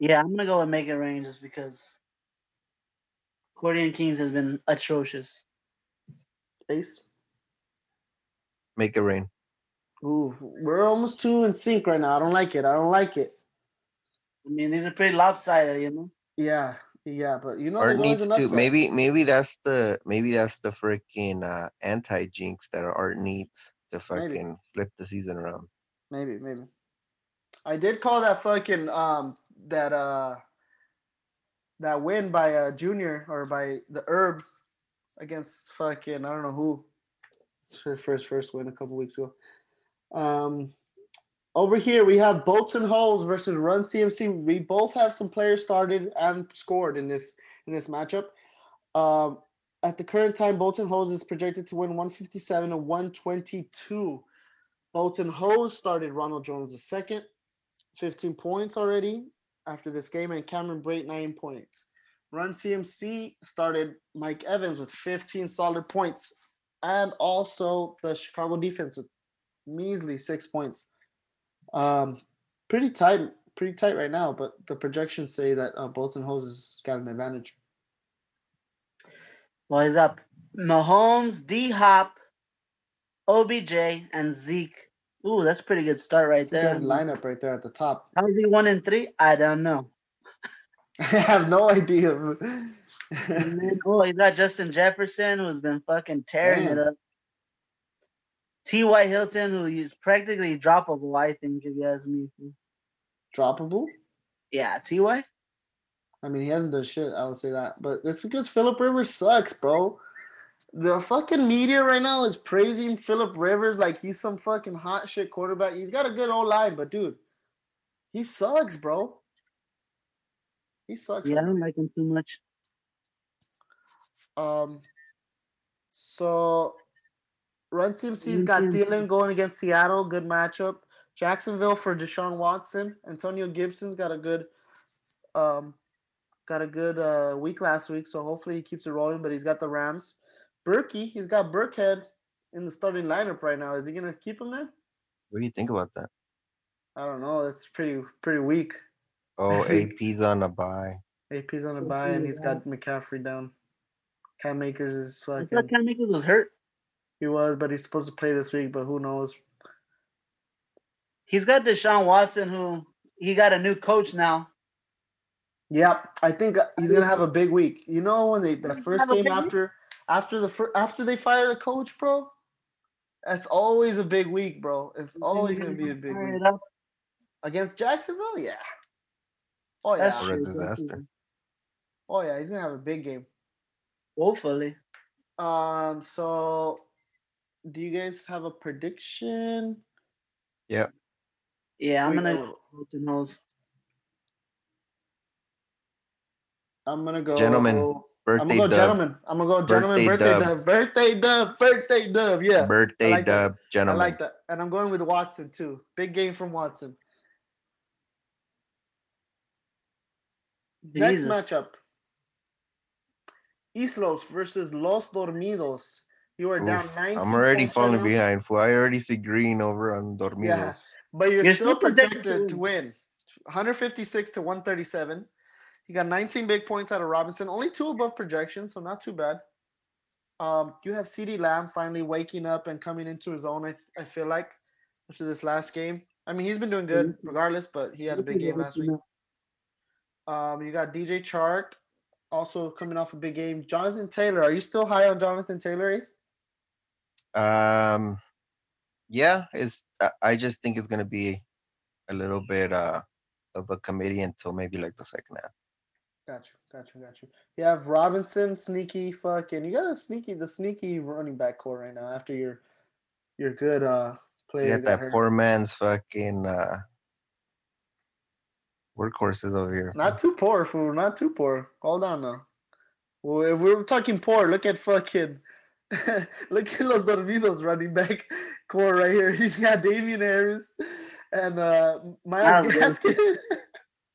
S1: Yeah, I'm gonna go and make it rain just because Cordian Kings has been atrocious.
S2: Ace.
S3: Make it rain.
S2: Ooh, we're almost two in sync right now. I don't like it. I don't like it.
S1: I mean, these are pretty lopsided, you know.
S2: Yeah, yeah, but you know,
S3: Art
S2: there's always
S3: needs
S2: an
S3: to
S2: upset.
S3: maybe maybe that's the maybe that's the freaking uh anti jinx that Art needs to fucking
S2: Maybe.
S3: flip the season around.
S2: maybe, maybe. I did call that fucking um that uh that win by uh Junior or by the Herb against fucking I don't know who. It's her first first win a couple weeks ago. Um, over here we have bolts and holes versus run CMC. We both have some players started and scored in this in this matchup. Um, at the current time, Bolton Hose is projected to win 157 to 122. Bolton Hose started Ronald Jones the second, 15 points already after this game, and Cameron Brate nine points. Run CMC started Mike Evans with 15 solid points, and also the Chicago defense with measly six points. Um, pretty tight, pretty tight right now, but the projections say that uh, Bolton Hose has got an advantage.
S1: Well, he's got Mahomes, D Hop, OBJ, and Zeke. Ooh, that's a pretty good start right
S2: It's a
S1: there.
S2: good lineup right there at the top.
S1: How is he one and three? I don't know.
S2: I have no idea. bro.
S1: And then, oh, you got Justin Jefferson, who's been fucking tearing it
S2: Damn.
S1: up. T.Y. Hilton, who is practically droppable, I think, if you ask me.
S2: Droppable?
S1: Yeah, T.Y.
S2: I mean, he hasn't done shit. I would say that, but it's because Philip Rivers sucks, bro. The fucking media right now is praising Philip Rivers like he's some fucking hot shit quarterback. He's got a good old line, but dude, he sucks, bro. He sucks.
S1: Yeah, I don't like him too much.
S2: Um. So, Run CMC's
S1: Run
S2: got
S1: CMC.
S2: Thielen going against Seattle. Good matchup. Jacksonville for Deshaun Watson. Antonio Gibson's got a good, um, got a good uh, week last week. So hopefully he keeps it rolling. But he's got the Rams. Berkey, he's got Burkhead in the starting lineup right now. Is he gonna keep him there?
S3: What do you think about that?
S2: I don't know. That's pretty pretty weak.
S3: Oh,
S2: think-
S3: AP's on a buy.
S2: AP's on a
S1: Hopefully
S2: bye and
S1: he
S2: he's got McCaffrey down. Cam Akers is
S1: I
S2: fucking.
S1: thought Cam Akers was hurt.
S2: He was, but he's supposed to play this week. But who knows?
S1: He's got Deshaun Watson, who he got a new coach now.
S2: Yep, I think uh, he's gonna have a big week. You know when they the
S1: He's gonna
S2: first
S1: have a
S2: game
S1: big week?
S2: after after the fir- after they fire the coach, bro. That's always a big week, bro. It's always Oh, gonna be a big
S1: Fire
S2: week
S1: it up.
S2: against Jacksonville. Yeah. Oh
S1: That's
S2: yeah.
S3: Or a
S1: true.
S3: disaster.
S2: Oh yeah. He's gonna have a big game.
S1: Hopefully.
S2: Um. So, do you guys have a prediction?
S1: Yeah, I'm
S2: Wait,
S1: gonna
S2: oh,
S1: Hilton Hose.
S2: I'm gonna go.
S3: Gentlemen,
S2: I'm
S3: Birthday
S2: gonna go,
S3: dub.
S2: gentlemen. I'm gonna go, gentlemen.
S3: Birthday
S2: Birthday
S3: dub.
S2: dub. Birthday dub. Birthday dub. Yeah.
S3: Birthday
S2: like that.
S3: dub, gentlemen.
S2: I like that. And I'm going with Watson too. Big game from Watson.
S1: Jesus.
S2: Next matchup. Islos versus Los Dormidos. You are down
S3: Oof,
S2: 19.
S3: I'm already
S2: points right
S3: falling
S2: now,
S3: behind. Fool. I already see green over on Dormidos.
S2: But you're,
S1: You're still
S2: still
S1: projected to
S2: projected to win. 156 to 137. You got 19 big points out of Robinson. Only two above projection, so not too bad. Um, you have CeeDee Lamb finally waking up and coming into his own, I, th- I feel like, after this last game. I mean, he's been doing good
S1: Mhm.
S2: regardless, but he had a big game last week. Um, you got DJ Chark also coming off a big game. Jonathan Taylor, are you still high on Jonathan Taylor, Ace?
S3: Um, yeah, it's. I, I just think it's gonna be a little bit uh of a committee until maybe like the second half.
S2: Got you, got you, got you. You have Robinson, sneaky, fucking. You got a sneaky, the sneaky running back core right now after your your good uh player.
S3: You got
S2: got
S3: that
S2: hurt.
S3: poor man's fucking uh workhorses over here.
S2: Not too poor, fool. Not too poor. Hold on now. Well, if we're talking poor, look at fucking. look at Los Dormidos running back core right here. He's got Damian Harris and uh Miles
S1: Miles
S2: Gaskin.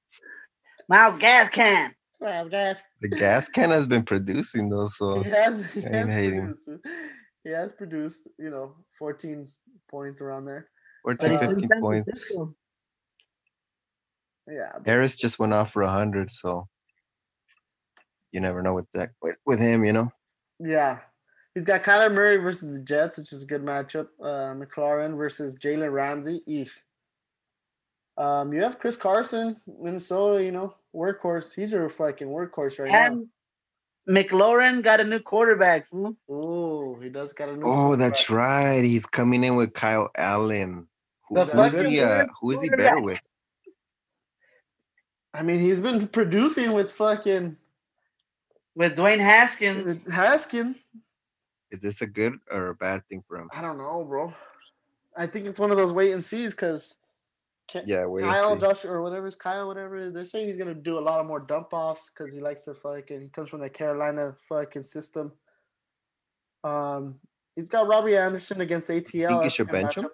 S1: Miles Gaskin.
S2: Miles Gaskin.
S3: the gas can has been producing though, so
S2: he has, he
S3: ain't
S2: has
S3: hating.
S2: produced. uh, He has produced, you know, 14 points around there.
S3: 14,
S2: Uh,
S3: 15 points.
S2: Yeah. but-
S3: Harris just went off for hundred, so you never know with that with, with him, you know.
S2: Yeah. He's got Kyler Murray versus the Jets, which is a good matchup. Uh, McLaurin versus Jalen Ramsey. Eef. Um, you have Chris Carson, Minnesota, you know, workhorse. He's your fucking workhorse right
S1: And McLaurin got a new quarterback. hmm, Fool.
S2: now. Oh, he does got a new
S3: Oh, that's
S2: quarterback.
S3: right. He's coming in with Kyle Allen. Who,
S1: The
S3: who is
S1: fucking
S3: he? Uh,
S1: worst
S3: who is he
S1: quarterback.
S3: better with?
S2: I mean, he's been producing with fucking
S1: With Dwayne Haskins.
S2: with Haskins.
S3: Is this a good or a bad thing for him?
S2: I don't know, bro. I think it's one of those wait and sees because
S3: Yeah, wait. and
S2: Kyle
S3: see.
S2: Josh or whatever's Kyle, whatever. They're saying he's gonna do a lot of more dump offs because he likes to fucking. He comes from the Carolina fucking system. Um, he's got Robbie Anderson against ATL.
S3: think you
S2: that's a
S3: should
S2: good
S3: bench him?
S2: matchup.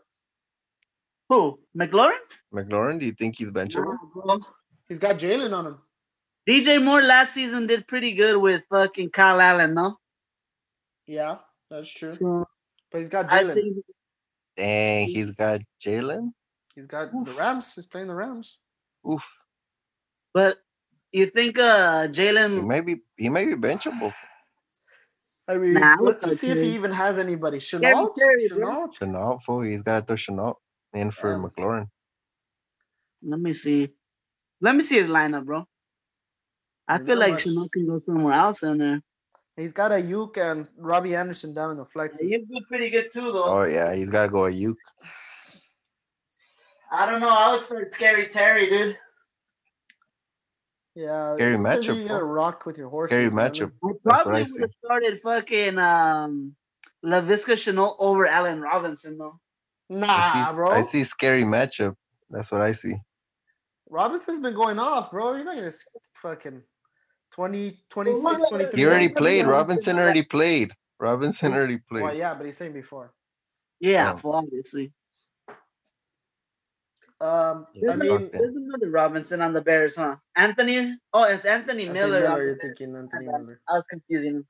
S2: Mm-hmm.
S1: Who? McLaurin?
S3: McLaurin, do you think he's benchable?
S1: Nah, bro.
S2: He's got Jalen on him.
S1: DJ Moore last season did pretty good with fucking Kyle Allen, no?
S2: Yeah, that's true.
S1: So
S2: But he's got
S1: I
S2: Jalen.
S1: think
S3: Dang, he's got Jalen.
S2: He's got the
S3: Oof.
S2: Rams. He's playing the Rams.
S3: Oof,
S1: but you think uh
S3: he
S1: Jalen
S3: might be. He might be benchable.
S2: I mean,
S1: Nah, I would
S2: let's
S1: go
S2: just see if he
S1: Jalen.
S2: even has anybody. Chenault?
S1: Scary Terry, bro.
S2: Chenault?
S3: Chenault, fool. He's got to throw Chenault in for
S2: Um,
S3: McLaurin.
S1: let me see. Let me see his lineup, bro. I
S2: There's
S1: feel
S2: not
S1: like
S2: much.
S1: Chanel can go somewhere else in there.
S2: He's got a Uke and Robbie Anderson down in the flexes.
S1: He's been pretty good too, though.
S3: Oh yeah, he's gotta go a Uke.
S1: I don't know. I would start Scary Terry, dude.
S2: Yeah,
S3: Scary
S2: sometimes
S3: matchup,
S2: You gotta
S3: fool.
S2: rock with your horse.
S3: Scary matchup.
S1: I
S3: what I
S1: probably would
S3: see.
S1: have started fucking um, LaVisca Chanel over Allen Robinson, though.
S2: Nah,
S3: I see,
S2: Ah, bro.
S3: I see scary matchup. That's what I see.
S2: Robinson's been going off, bro. You're not gonna s- fucking 20, 26,
S1: look at-
S2: 23.
S3: He already
S1: Robinson
S3: played.
S1: already
S3: Robinson
S1: played.
S3: already played. Robinson already
S2: Well,
S3: played.
S2: yeah, but he's saying before.
S1: Yeah,
S3: Oh.
S1: well, obviously.
S2: Um,
S3: Yeah,
S2: I
S1: Isn't it-
S3: fuck
S2: mean,
S3: that.
S1: There's another Robinson on the Bears, huh? Anthony? Oh, it's Anthony
S2: Anthony
S1: Miller.
S2: Miller, you're
S1: I'm-
S2: thinking Anthony
S1: bad.
S2: Miller.
S1: I was confusing him.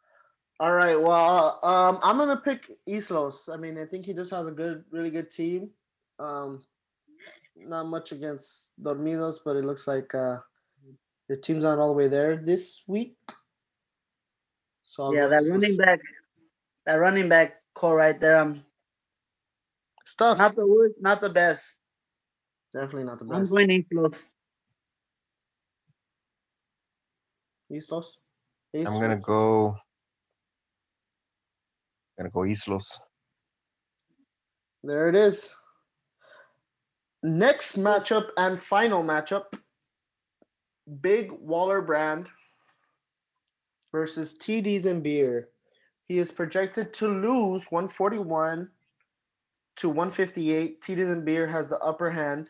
S2: All right, well, um, I'm gonna pick Islos. I mean, I think he just has a good, really good team. Um, not much against Dormidos, but it looks like uh, your team's not all the way there this week. So I'll
S1: Yeah,
S2: go
S1: that
S2: Islas.
S1: running back, that running back core right there. Um,
S2: stuff
S1: not the worst, not the best.
S2: definitely not the
S1: I'm
S2: best.
S1: going Inflows.
S2: Islos.
S3: I'm gonna go. Gonna go Islos.
S2: There it is. Next matchup and final matchup Big Waller Brand versus TDs and Beer. He is projected to lose 141 to 158. TDs and Beer has the upper hand.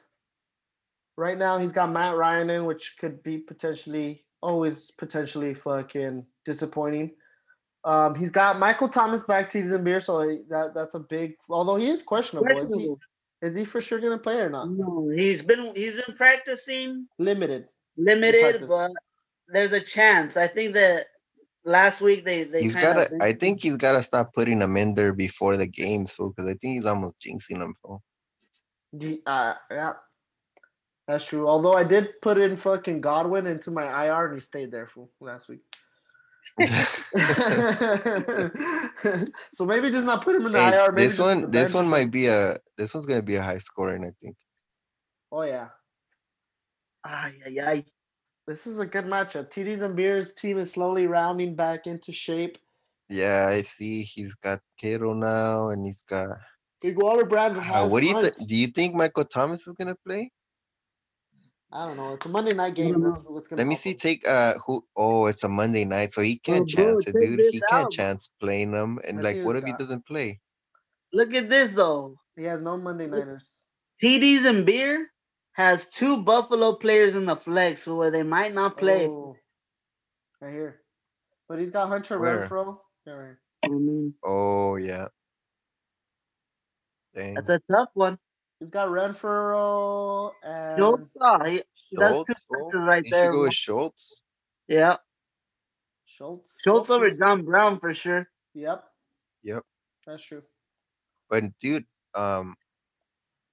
S2: Right now, he's got Matt Ryan in, which could be potentially always potentially fucking disappointing. Um, he's got Michael Thomas back, TDs and Beer, so that, that's a big. Although he is questionable, is he?
S1: Questionable.
S2: Is he for sure gonna play or not?
S1: No, he's been he's been practicing
S2: Limited.
S1: limited,
S2: practice.
S1: but there's a chance. I think that last week they they
S3: He's
S1: kinda
S3: gotta. I
S1: benched him.
S3: think he's gotta stop putting him in there before the games, fool. Because I think he's almost jinxing him, fool.
S2: Do you- uh, yeah, that's true. Although I did put in fucking Godwin into my IR and he stayed there for last week. so maybe just not put him in the
S3: Hey,
S2: IR. Maybe
S3: this
S2: just
S3: one,
S2: the
S3: this
S2: bench
S3: one
S2: or
S3: might be a. This one's gonna be a high scoring. I think.
S2: something. Oh yeah,
S1: Ay, ay, ay.
S2: this is a good matchup. TDs and Beers team is slowly rounding back into shape.
S3: Yeah, I see. He's got Kittle now, and he's got.
S2: Big Water Brand.
S3: Uh,
S2: Has
S3: what do you
S2: Hunt.
S3: think? Do you think Michael Thomas is gonna play?
S2: I don't know. It's a Monday night
S1: don't
S2: game.
S1: know.
S2: That's what's gonna.
S3: Let me
S2: help
S3: see.
S2: him.
S3: Take uh, who? Oh, it's a Monday night, so he can't
S1: bro,
S3: chance it,
S1: take
S3: dude.
S1: this
S3: He can't
S1: out.
S3: chance playing him,
S2: Let's
S3: and
S2: see
S3: like,
S2: who's
S3: what if he
S2: got.
S3: doesn't play?
S1: Look at this though.
S2: He has no Monday nighters.
S1: TDs and beer has two Buffalo players in the flex where they might not play.
S2: Oh, right here. But he's got Hunter
S3: Where?
S2: Renfro. Yeah, right here.
S1: I mean,
S3: Oh yeah. Dang.
S1: that's a tough one.
S2: He's got Renfro and
S1: Schultz, oh, he, that's
S3: Schultz, fool.
S1: consistent right
S3: You should
S1: there.
S3: go
S1: bro.
S3: with Schultz.
S1: Yeah,
S2: Schultz.
S1: Schultz over
S2: is-
S1: John Brown for sure.
S2: Yep.
S3: Yep.
S2: That's true.
S3: But dude, um,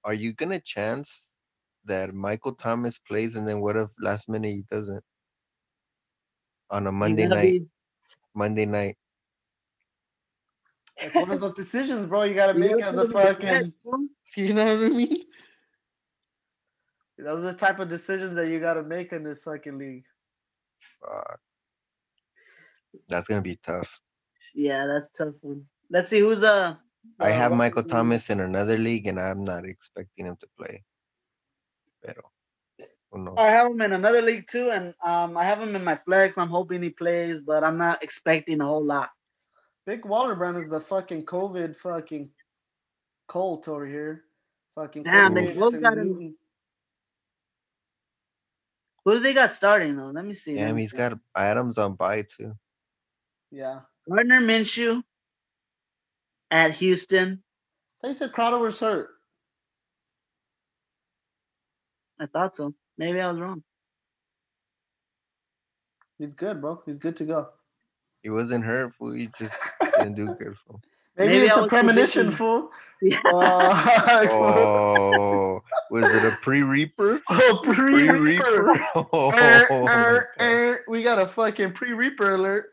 S3: are you gonna chance that Michael Thomas plays, and then what if last minute he doesn't? On a
S1: You
S3: Monday
S1: gotta
S3: night,
S1: be-
S3: Monday night.
S2: It's one of those decisions, bro. You gotta
S1: you
S2: make
S1: gotta
S2: as
S1: put him in
S2: a
S1: the flex,
S2: fucking.
S1: bro.
S2: You know what I mean? Those are the type of decisions that you gotta make in this fucking league.
S3: Fuck. that's gonna be tough.
S1: Yeah, that's a tough one. Let's see who's uh.
S3: I
S1: uh,
S3: have
S1: what-
S3: Michael Thomas in another league, and I'm not expecting him to play. Pero, who knows?
S1: I have him in another league too, and um, I have him in my flex. I'm hoping he plays, but I'm not expecting a whole lot.
S2: Big Waterbrand is the fucking COVID fucking cult over here. Fucking
S1: Damn,
S3: they
S2: Cornelius
S1: both
S2: and
S1: got him.
S2: Newton.
S1: Who do they got starting though? Let me see. let
S3: Damn,
S1: me
S3: he's
S1: see.
S3: got Adams on bye too.
S2: Yeah.
S1: Gardner Minshew at Houston.
S2: They said Crowder was hurt.
S1: I thought so. Maybe I was wrong.
S2: He's good, bro. He's good to go.
S3: He wasn't hurt, fool. He just didn't do good. Fool.
S2: Maybe,
S1: Maybe
S2: it's
S1: I
S2: a
S1: was
S2: premonition,
S1: predicting-
S2: fool.
S1: Yeah.
S2: Uh, Fuck, fool.
S3: Oh, was it a pre Reaper?
S2: Oh,
S3: Pre
S2: pre-reaper.
S3: Reaper? Oh,
S2: Er,
S3: my
S2: er,
S3: God.
S2: er. We got a fucking pre-reaper alert.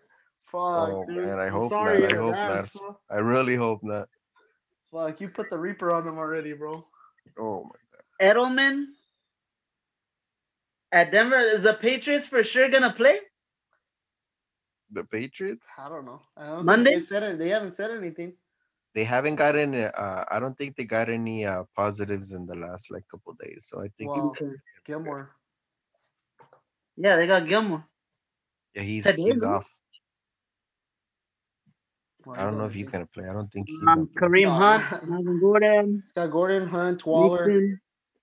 S2: Fuck,
S3: Oh,
S2: dude.
S3: man, I
S2: I'm
S3: hope
S2: sorry
S3: not.
S2: in
S3: I hope not.
S2: advance, fool.
S3: I really hope not.
S2: Fuck, you put the reaper on them already, bro.
S3: Oh, my.
S1: Edelman at Denver. Is the Patriots for sure gonna play?
S3: The Patriots?
S2: I don't know. I don't think
S1: Monday?
S2: they've said it. They haven't said anything.
S3: They haven't gotten. Uh, I don't think they got any uh, positives in the last like couple days. So I think
S2: Wow.
S3: it's
S2: Gilmore.
S1: Yeah, they got Gilmore.
S3: yeah, he's
S1: Today,
S3: he's
S1: no?
S3: off.
S2: Well,
S3: I don't know if he's
S2: he's
S3: gonna play. I don't think he's.
S1: Um,
S3: gonna play.
S1: Kareem
S2: No.
S1: Hunt, Melvin Gordon,
S2: got Gordon Hunt, Waller.
S1: Mixon.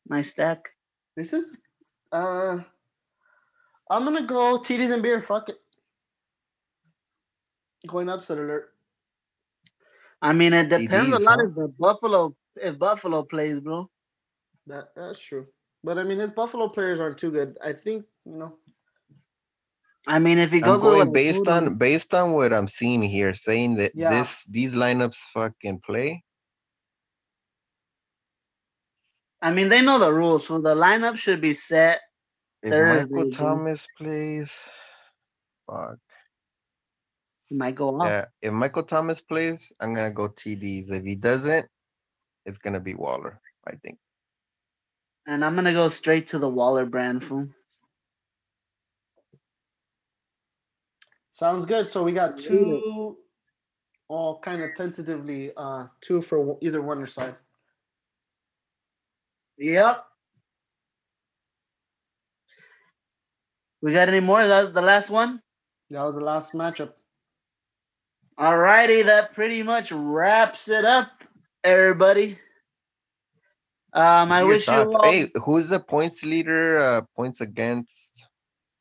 S1: Nice stack.
S2: This is. uh I'm gonna go TDs and beer. Fuck it. Going upset alert.
S1: I mean, it depends
S3: DBs,
S1: a lot
S3: huh?
S1: if the Buffalo if Buffalo plays, bro.
S2: That that's true. But I mean, his Buffalo players aren't too good. I think you know.
S1: I mean, if he goes
S3: I'm
S1: with
S3: going
S1: what I
S3: based
S1: told him-
S3: on based on what I'm seeing here, saying that
S2: Yeah.
S3: this these lineups fucking play.
S1: I mean, they know the rules, so the lineup should be set.
S3: If
S1: There is
S3: Michael
S1: no game.
S3: Thomas plays, fuck
S1: He might go off.
S3: yeah. If Michael Thomas plays, I'm gonna go TDs. If he doesn't, it's gonna be Waller. I think.
S1: And I'm gonna go straight to the Waller brand fool.
S2: Sounds good. So we got
S1: Yeah.
S2: two, all kind of tentatively, uh, two for either one or side.
S1: Yep. We got any more? Is that the last one?
S2: That was the last matchup.
S1: Alrighty, that pretty much wraps it up, everybody. Um, I
S3: Your
S1: wish
S3: thoughts?
S1: you all.
S3: Hey, who's the points leader? Uh, points against.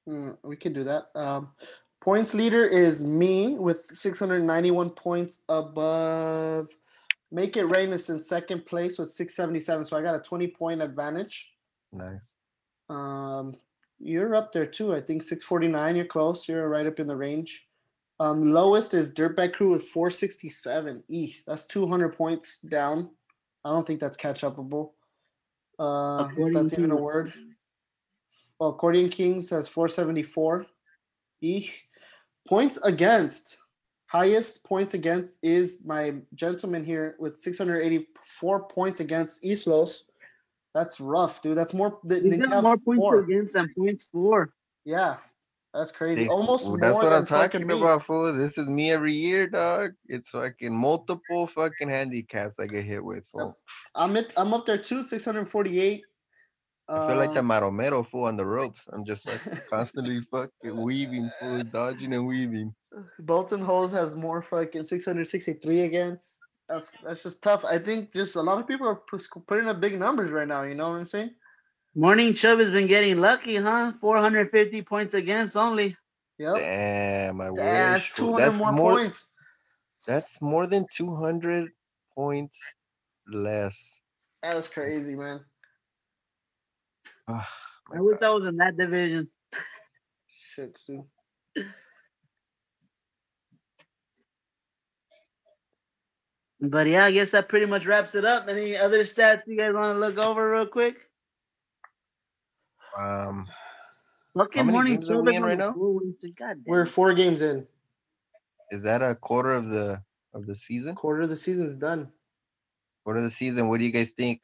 S2: Mm, we can do that. Um, points leader is me with 691 points above. Make it rain is in second place with 677. So I got a 20 point advantage.
S3: Nice.
S2: Um, you're up there too. I think 649. You're close. You're right up in the range. Um, lowest is Dirtbag Crew with 467. E. That's 200 points down. I don't think that's catch upable. Uh, if
S1: According
S2: that's even a
S1: to-
S2: word. Well, Accordion Kings has 474. E. Points against. Highest points against is my gentleman here with 684 points against Islos. That's rough, dude. That's more than
S1: He's
S2: than
S1: got
S2: Gav
S1: more points
S2: four.
S1: against than points for.
S2: Yeah, that's crazy.
S3: They-
S2: Almost
S3: well, that's
S2: more
S3: what
S2: than
S3: I'm
S2: fucking
S3: talking
S2: me.
S3: about, fool. This is me every year, dog. It's fucking multiple fucking handicaps I get hit with, fool.
S2: I'm at, I'm up there too, 648.
S3: I feel like the
S2: Uh,
S3: maromero, fool, on the ropes. I'm just like constantly fucking weaving, fool, dodging and weaving.
S2: Bolton Hose has more fucking 663 against. That's that's just tough. I think just a lot of people are pu- sc- putting up big numbers right now. You know what I'm saying?
S1: Morning Chubb has been getting lucky, huh? 450 points against only.
S2: Yep.
S3: Damn, I
S2: Yeah,
S3: wish.
S2: that's
S3: fool.
S2: 200
S3: That's
S2: more,
S3: more.
S2: points.
S3: That's more than 200 points less.
S2: That's crazy, man.
S3: Ugh, my
S1: I wish
S3: God.
S1: I was in that division.
S2: Shit, dude.
S1: But yeah, I guess that pretty much wraps it up. Any other stats you guys want to look over real quick?
S3: Um,
S1: Fucking
S3: many
S1: morning
S3: games are
S1: Chubb
S3: we
S1: is
S3: in
S1: on
S3: right
S1: the
S3: now?
S1: full win streak. God damn.
S2: We're four games in.
S3: is that a quarter of the of the season?
S2: Quarter of the season's done.
S3: Quarter of the season. What do you guys think?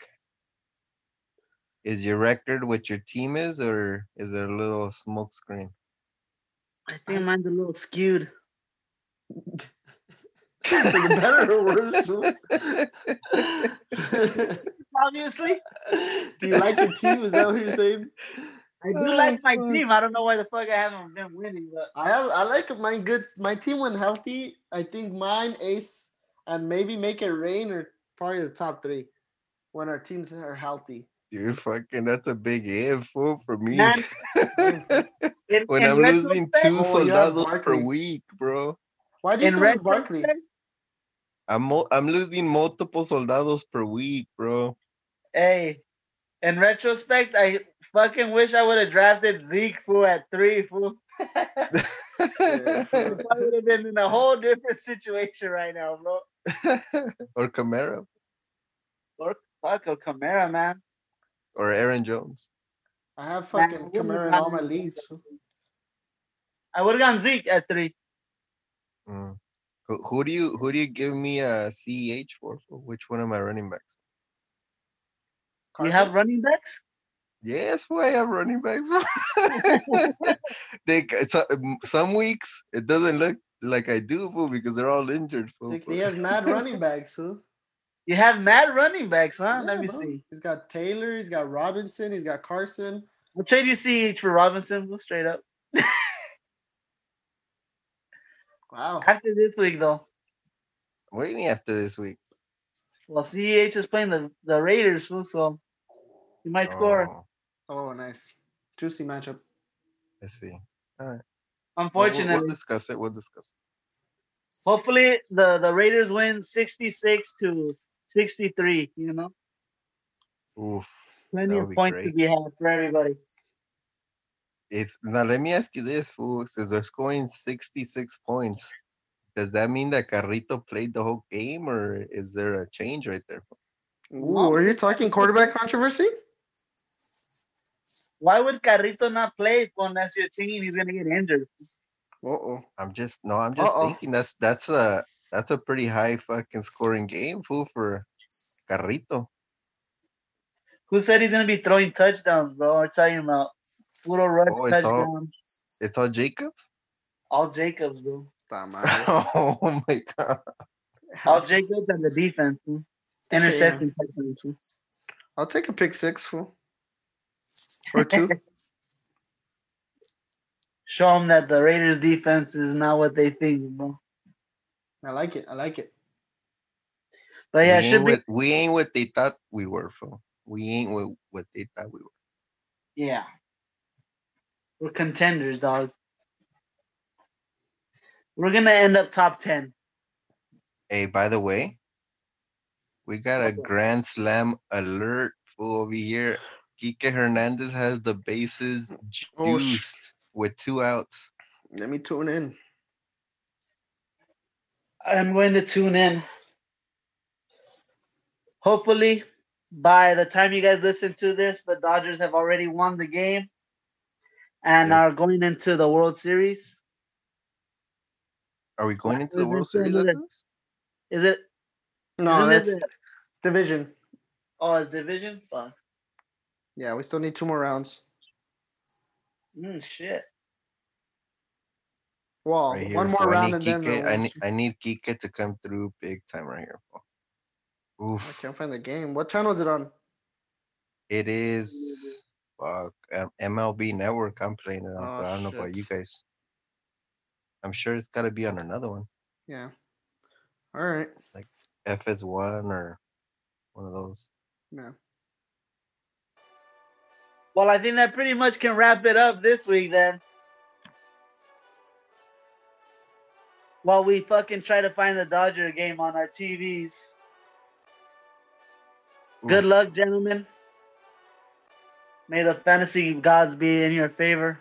S3: Is your record what your team is, or is it a little smoke screen?
S1: I think mine's a little skewed.
S2: For the better or worse. dude.
S1: Obviously,
S2: Do you like your team? Is that what you're saying?
S1: I do
S3: Oh,
S1: like my
S3: fuck.
S1: team. I don't know why the fuck I haven't been winning, but
S2: I have, I like my good my team when healthy. I think mine ace and maybe make it rain or probably the top three when our teams are healthy.
S3: Dude, fucking, that's a big if fool, for me.
S1: Man, in,
S3: when
S1: in
S3: I'm losing
S1: retrospect-
S2: Oh,
S3: two
S2: yeah,
S3: soldados per
S2: Barkley.
S3: week, bro.
S2: Why do you
S1: in
S2: still have Barkley?
S1: retrospect,
S3: I'm mul- I'm losing multiple soldados per week, bro.
S1: hey, in retrospect, I fucking wish I would have drafted Zeke fool at three fool. I
S2: Shit.
S1: would have been in a whole different situation right now, bro.
S3: or Camaro
S1: Fuck a Camara, man.
S3: or Aaron Jones.
S2: I have
S1: Man, I
S2: fucking
S1: wouldn't
S2: Kamara
S1: have
S2: in all my
S1: gotten Zeke
S2: leagues.
S1: at three. I would have gone Zeke at three.
S3: Mm. Who, who do you who do you give me a E CEH for? For Which one of my running backs?
S1: We
S2: Carson?
S1: have running backs.
S3: Yes, why I have running backs. they so, some weeks it doesn't look like I do, fool, because they're all injured. Fool,
S2: Like, he has mad running backs, huh?
S1: You have mad running backs, huh?
S2: Yeah,
S1: Let me
S2: bro.
S1: see.
S2: He's got Taylor, he's got Robinson, he's got Carson.
S1: What trade you see for Robinson? Go straight up.
S2: Wow.
S1: After this week, though,
S3: what do you mean after this week?
S1: well, CEH is playing the, the Raiders, fool, so he might score.
S3: Oh,
S2: Oh, nice. Juicy matchup.
S3: I see. Well, we'll-
S1: Unfortunately,
S3: we'll discuss it. We'll discuss. it.
S1: hopefully the the Raiders win sixty six to sixty three. You know,
S3: Oof.
S1: plenty
S3: That would
S1: of
S3: be
S1: points to
S3: great.
S1: be had for everybody.
S3: It's now. Let me ask you this, fool. Since they're scoring sixty-six points, does that mean that Carrito played the whole game, or is there a change right there? fool?
S2: Ooh, are you talking quarterback controversy?
S1: Why would Carrito not play unless you're thinking he's gonna get injured?
S2: Uh oh.
S3: I'm just no. I'm just
S2: Uh-oh.
S3: thinking that's that's a that's a pretty high fucking scoring game, fool, for Carrito.
S1: Who said he's gonna be throwing touchdowns, bro? We're talking about puro rush
S3: Oh, it's all-
S1: touchdowns,
S3: It's all Jacobs.
S1: all Jacobs, bro.
S3: oh my god.
S1: All Jacobs and the defense, fool. interception touchdowns. fool.
S2: I'll take a pick six, fool. Or two.
S1: Show them that the Raiders defense is not what they think, bro.
S2: I like it. I like it.
S1: But yeah, it
S3: we,
S1: should
S3: ain't
S1: be.
S3: what, we ain't what they thought we were, fool. We ain't what, what they thought we were.
S1: Yeah. We're contenders, dog. We're gonna end up top ten.
S3: Hey, by the way, we got a grand slam alert fool over here. Kike Hernandez has the bases
S2: Oh, sh-
S3: juiced with two outs.
S2: Let me tune in.
S1: I'm going to tune in. Hopefully, by the time you guys listen to this, the Dodgers have already won the game and
S3: Yep.
S1: are going into the World Series.
S3: Are we going into the
S1: is
S3: World
S1: this the
S3: Series
S1: end
S3: after
S1: of
S3: this?
S1: Is it?
S2: No,
S1: isn't it
S2: that's
S1: the-
S2: division.
S1: oh, it's division. Fuck.
S2: Yeah, we still need two more rounds.
S1: Mm, shit.
S2: Well,
S3: Right here,
S2: Oh, one more
S3: fool. I
S2: round
S3: need
S2: and then.
S3: Kike-
S2: the
S3: I
S2: World
S3: need,
S2: Series.
S3: I need Kike to come through big time right here. Fool.
S2: I
S3: Oof.
S2: can't find the game. What channel is it on?
S3: It is fuck, um, MLB Network. I'm playing it on.
S2: Oh,
S3: but I don't know about
S2: shit.
S3: you guys. I'm sure it's got to be on another one,
S2: Yeah. All right.
S3: FS1 or one of those.
S2: Yeah.
S1: Well, I think that pretty much can wrap it up this week then. While we fucking try to find the Dodger game on our TVs. Good
S3: Oof.
S1: luck, gentlemen. May the fantasy gods be in your favor.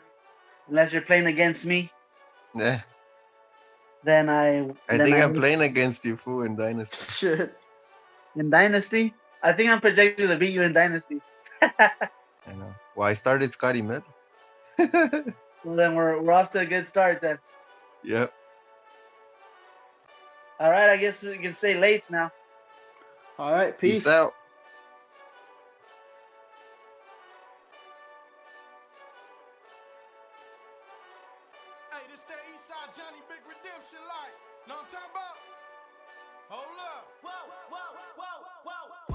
S1: Unless you're playing against me,
S3: Yeah,
S1: then I.
S3: Eh, I
S1: then
S3: think I'm
S1: win.
S3: playing against you, fool, in Dynasty.
S2: Shit.
S1: in Dynasty. I think I'm projected to beat you in Dynasty.
S3: I know. Well, I started Scotty Mid.
S1: Well, then we're we're off to a good start then.
S3: yep.
S1: All right, I guess we can say late now.
S2: All right.
S3: Peace out.
S4: Hey, this that Eastside Johnny Big Redemption like. Know what I'm talking about? Hold up. Whoa, whoa, whoa, whoa, whoa.